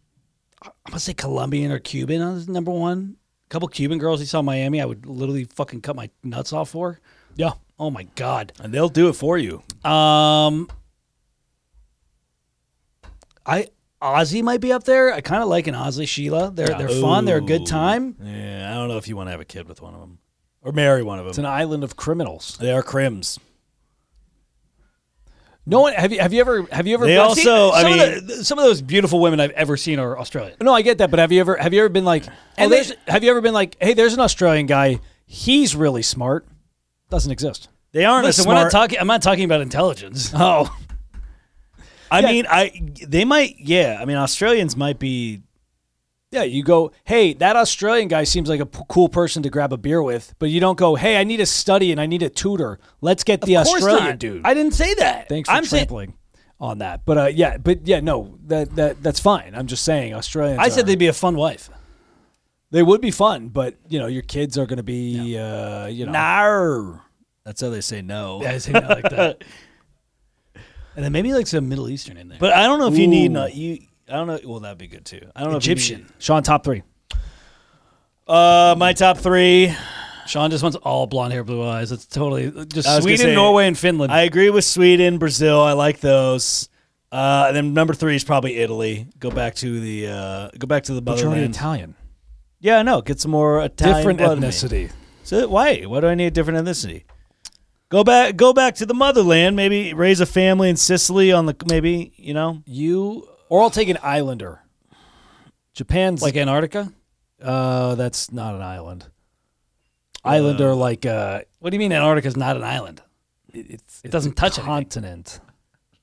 Speaker 1: I'm gonna say Colombian or Cuban is number one. A couple Cuban girls you saw in Miami, I would literally fucking cut my nuts off for.
Speaker 3: yeah.
Speaker 1: Oh my god.
Speaker 2: and they'll do it for you.
Speaker 1: Um, I Ozzy might be up there. I kind of like an Ozzy Sheila. They're they're fun. They're a
Speaker 2: Ooh.
Speaker 1: good time.
Speaker 2: Yeah, I don't know if you want to have a kid with one of them or marry one of them.
Speaker 3: It's an island of criminals.
Speaker 2: they are crims.
Speaker 3: No one have you have you ever have you ever
Speaker 2: They
Speaker 3: been-
Speaker 2: all- Also, I
Speaker 1: some
Speaker 2: mean-
Speaker 1: of the, some of those beautiful women I've ever seen are Australian.
Speaker 3: No, I get that, but have you ever have you ever been like
Speaker 1: And
Speaker 3: oh, there's, have you ever been like, hey, there's an Australian guy, he's really smart. Doesn't exist.
Speaker 2: They aren't
Speaker 1: Listen,
Speaker 2: a smart.
Speaker 1: we're not talking. I'm not talking about intelligence.
Speaker 3: Oh.
Speaker 2: I mean, I they might. Yeah, I mean, Australians might be.
Speaker 3: Yeah, you go, hey, that Australian guy seems like a p- cool person to grab a beer with, but you don't go, hey, I need a study and I need a tutor. Let's get the
Speaker 1: Of course
Speaker 3: Australian
Speaker 1: not.
Speaker 3: dude.
Speaker 1: I didn't say that.
Speaker 3: Thanks for
Speaker 1: I'm saying
Speaker 3: trampling on that. But uh, yeah, but yeah, no, that that that's fine. I'm just saying Australians.
Speaker 1: I said
Speaker 3: are-
Speaker 1: they'd be a fun wife.
Speaker 3: they would be fun, but you know your kids are going to be, uh, you know,
Speaker 2: Nar. That's how they say no.
Speaker 1: Yeah, I say that like that. And then maybe like some Middle Eastern in there.
Speaker 2: But I don't know if you need
Speaker 3: Ooh.
Speaker 2: not you. I don't know. Well, that'd be good too. I don't know. If you
Speaker 1: Egyptian.
Speaker 3: Sean top three.
Speaker 2: need, uh, my top three.
Speaker 1: Sean just wants all blonde hair, blue eyes. That's totally just
Speaker 2: I was gonna
Speaker 1: Sweden,
Speaker 2: say-
Speaker 1: Norway, and Finland.
Speaker 2: I agree with Sweden, Brazil. I like those. Uh, and then number three is probably Italy. Go back to the uh, go back to the
Speaker 3: Majority
Speaker 2: motherland.
Speaker 3: Italian.
Speaker 2: yeah, I know. Get some more Italian
Speaker 3: Different
Speaker 2: blood in me.
Speaker 3: ethnicity.
Speaker 2: So why? Why do I need a different ethnicity? Go back. Go back to the motherland. Maybe raise a family in Sicily. On the maybe you know.
Speaker 3: You or I'll take an islander. Japan's
Speaker 1: like
Speaker 3: like
Speaker 1: Antarctica.
Speaker 3: uh that's not an island. Islander like uh
Speaker 1: What do you mean Antarctica's not an island?
Speaker 3: it's
Speaker 1: It doesn't touch anything.
Speaker 3: continent.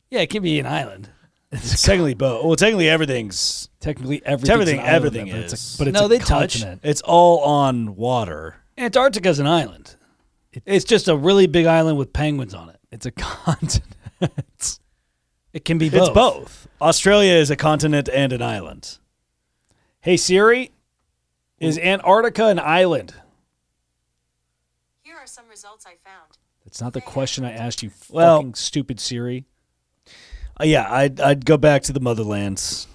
Speaker 1: Yeah, it can be an island.
Speaker 2: It's technically both. Well, technically everything's.
Speaker 3: Technically everything's
Speaker 2: Everything-
Speaker 3: an island,
Speaker 2: everything
Speaker 3: but it's
Speaker 2: is.
Speaker 3: a, but it's
Speaker 1: No,
Speaker 3: a
Speaker 1: they touch.
Speaker 3: continent.
Speaker 2: It's all on water.
Speaker 1: Antarctica's an island. It's just a really big island with penguins on it.
Speaker 3: It's a continent.
Speaker 1: It can be both.
Speaker 2: It's both. Australia is a continent and an island.
Speaker 3: hey Siri, is Antarctica an island?
Speaker 5: Here are some results I found.
Speaker 3: That's not the question I asked you.
Speaker 2: Well-
Speaker 3: fucking stupid Siri.
Speaker 2: Uh, yeah, I'd, I'd go back to the motherlands.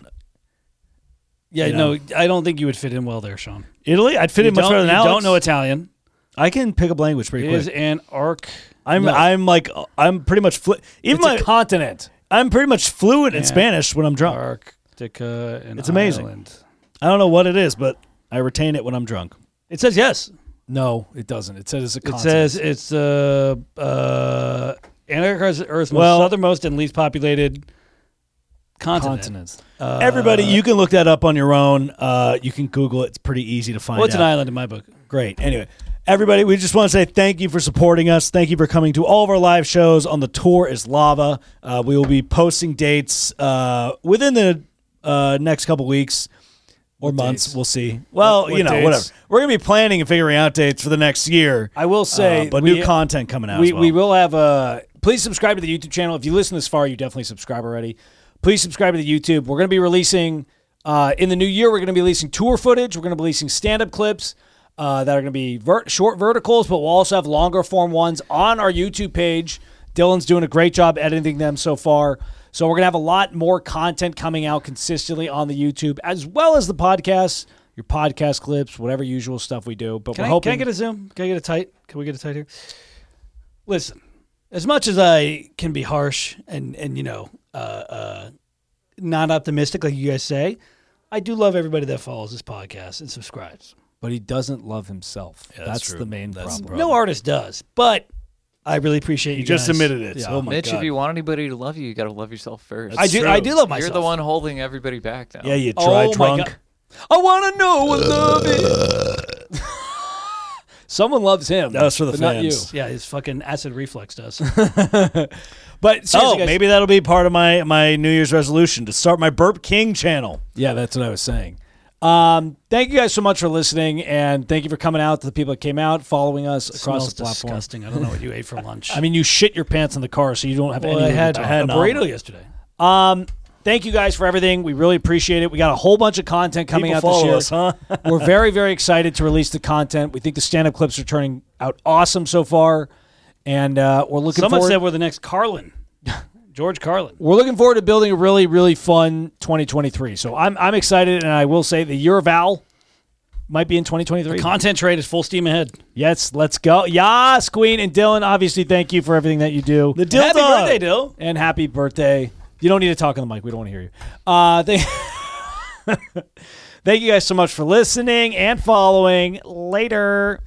Speaker 1: Yeah,
Speaker 2: You
Speaker 1: no, I don't think you would fit in well there, Sean.
Speaker 2: Italy? I'd fit
Speaker 1: You
Speaker 2: in much
Speaker 1: don't-
Speaker 2: better than
Speaker 1: you
Speaker 2: Alex.
Speaker 1: don't know Italian.
Speaker 2: I can pick up language pretty
Speaker 1: It
Speaker 2: quick.
Speaker 1: is an arc.
Speaker 2: I'm
Speaker 1: no.
Speaker 2: I'm like uh, I'm pretty much flu- even
Speaker 3: It's
Speaker 2: my
Speaker 3: a continent.
Speaker 2: I'm pretty much fluent in
Speaker 1: Yeah.
Speaker 2: Spanish when I'm drunk.
Speaker 1: Arctica and
Speaker 2: It's amazing. I don't know what it is, but I retain it when I'm drunk.
Speaker 1: It says yes.
Speaker 3: No, it doesn't. It says it's a
Speaker 1: It
Speaker 3: continent.
Speaker 1: says it's uh uh Antarctica's Earth's most
Speaker 2: Well-
Speaker 1: southernmost and least populated continent.
Speaker 3: continents.
Speaker 2: Everybody,
Speaker 1: Uh,
Speaker 2: you can look that up on your own. Uh, you can Google it; it's pretty easy to find.
Speaker 1: Well, it's
Speaker 2: out.
Speaker 1: an island in my book.
Speaker 2: Great. Anyway, everybody, we just want to say thank you for supporting us. Thank you for coming to all of our live shows on the tour is lava. Uh, we will be posting dates uh, within the uh, next couple weeks or months.
Speaker 3: dates?
Speaker 2: We'll see. Well,
Speaker 3: what
Speaker 2: you know,
Speaker 3: dates?
Speaker 2: whatever. We're gonna be planning and figuring out dates for the next year. Uh,
Speaker 3: I will say,
Speaker 2: but
Speaker 3: we-
Speaker 2: new content coming out.
Speaker 3: we,
Speaker 2: as well.
Speaker 3: we will have a please subscribe to the youtube channel if you listen this far you definitely subscribe already please subscribe to the youtube we're going to be releasing uh, in the new year we're going to be releasing tour footage we're going to be releasing stand-up clips uh, that are going to be ver- short verticals but we'll also have longer form ones on our youtube page dylan's doing a great job editing them so far so we're going to have a lot more content coming out consistently on the youtube as well as the podcast your podcast clips whatever usual stuff we do but
Speaker 1: Can
Speaker 3: we're
Speaker 1: I,
Speaker 3: hoping
Speaker 1: can I get a zoom? Can I get a tight? Can we get a tight here? Listen, as much as I can be harsh and and you know uh, uh, not optimistic like you guys say, I do love everybody that follows this podcast and subscribes.
Speaker 3: but he doesn't love himself
Speaker 2: that's
Speaker 3: that's,
Speaker 2: true.
Speaker 3: the main
Speaker 2: That's the
Speaker 3: problem
Speaker 1: No artist does, but I really appreciate you.
Speaker 2: You just
Speaker 1: guys.
Speaker 2: admitted it. so-
Speaker 1: Yeah.
Speaker 2: oh my
Speaker 4: Mitch,
Speaker 2: god.
Speaker 4: if you want anybody to love you, you gotta love yourself first.
Speaker 1: I do. I
Speaker 2: true.
Speaker 1: do love
Speaker 4: You're
Speaker 1: myself.
Speaker 4: the one holding everybody back now.
Speaker 2: yeah, you dry
Speaker 1: Oh my
Speaker 2: drunk.
Speaker 1: God.
Speaker 3: I want to know what love is. Someone loves him.
Speaker 2: That was for the
Speaker 3: but Not
Speaker 2: fans.
Speaker 3: you.
Speaker 1: Yeah, his fucking acid reflux does.
Speaker 3: But seriously,
Speaker 2: Oh,
Speaker 3: guys-
Speaker 2: maybe that'll be part of my my New Year's resolution to start my Burp King channel.
Speaker 3: Yeah, that's what I was saying. Um, thank you guys so much for listening, and thank you for coming out to the people that came out, following us across
Speaker 1: Smells
Speaker 3: the platform.
Speaker 1: disgusting. I don't know what you ate for lunch.
Speaker 3: I mean, you shit your pants in the car, so you don't have
Speaker 1: well,
Speaker 3: any.
Speaker 1: I had,
Speaker 3: to
Speaker 1: I
Speaker 3: talk
Speaker 1: had a
Speaker 3: about.
Speaker 1: burrito yesterday.
Speaker 3: Um, thank you guys for everything. We really appreciate it. We got a whole bunch of content coming
Speaker 2: People
Speaker 3: out this
Speaker 2: follow
Speaker 3: year.
Speaker 2: us, huh?
Speaker 3: We're very, very excited to release the content. We think the stand-up clips are turning out awesome so far, and uh, we're looking.
Speaker 1: Someone
Speaker 3: forward-
Speaker 1: said we're the next Carlin, George Carlin.
Speaker 3: we're looking forward to building a really, really fun 2023. So I'm, I'm excited, and I will say the year of Al might be in 2023.
Speaker 1: Content trade is full steam ahead.
Speaker 3: yes, let's go. Yes, Queen and Dylan, obviously, thank you for everything that you do.
Speaker 2: The dildo.
Speaker 1: Happy birthday, Dill.
Speaker 3: and happy birthday. You don't need to talk on the mic. We don't want to hear you. Uh, thank, thank you guys so much for listening and following. Later.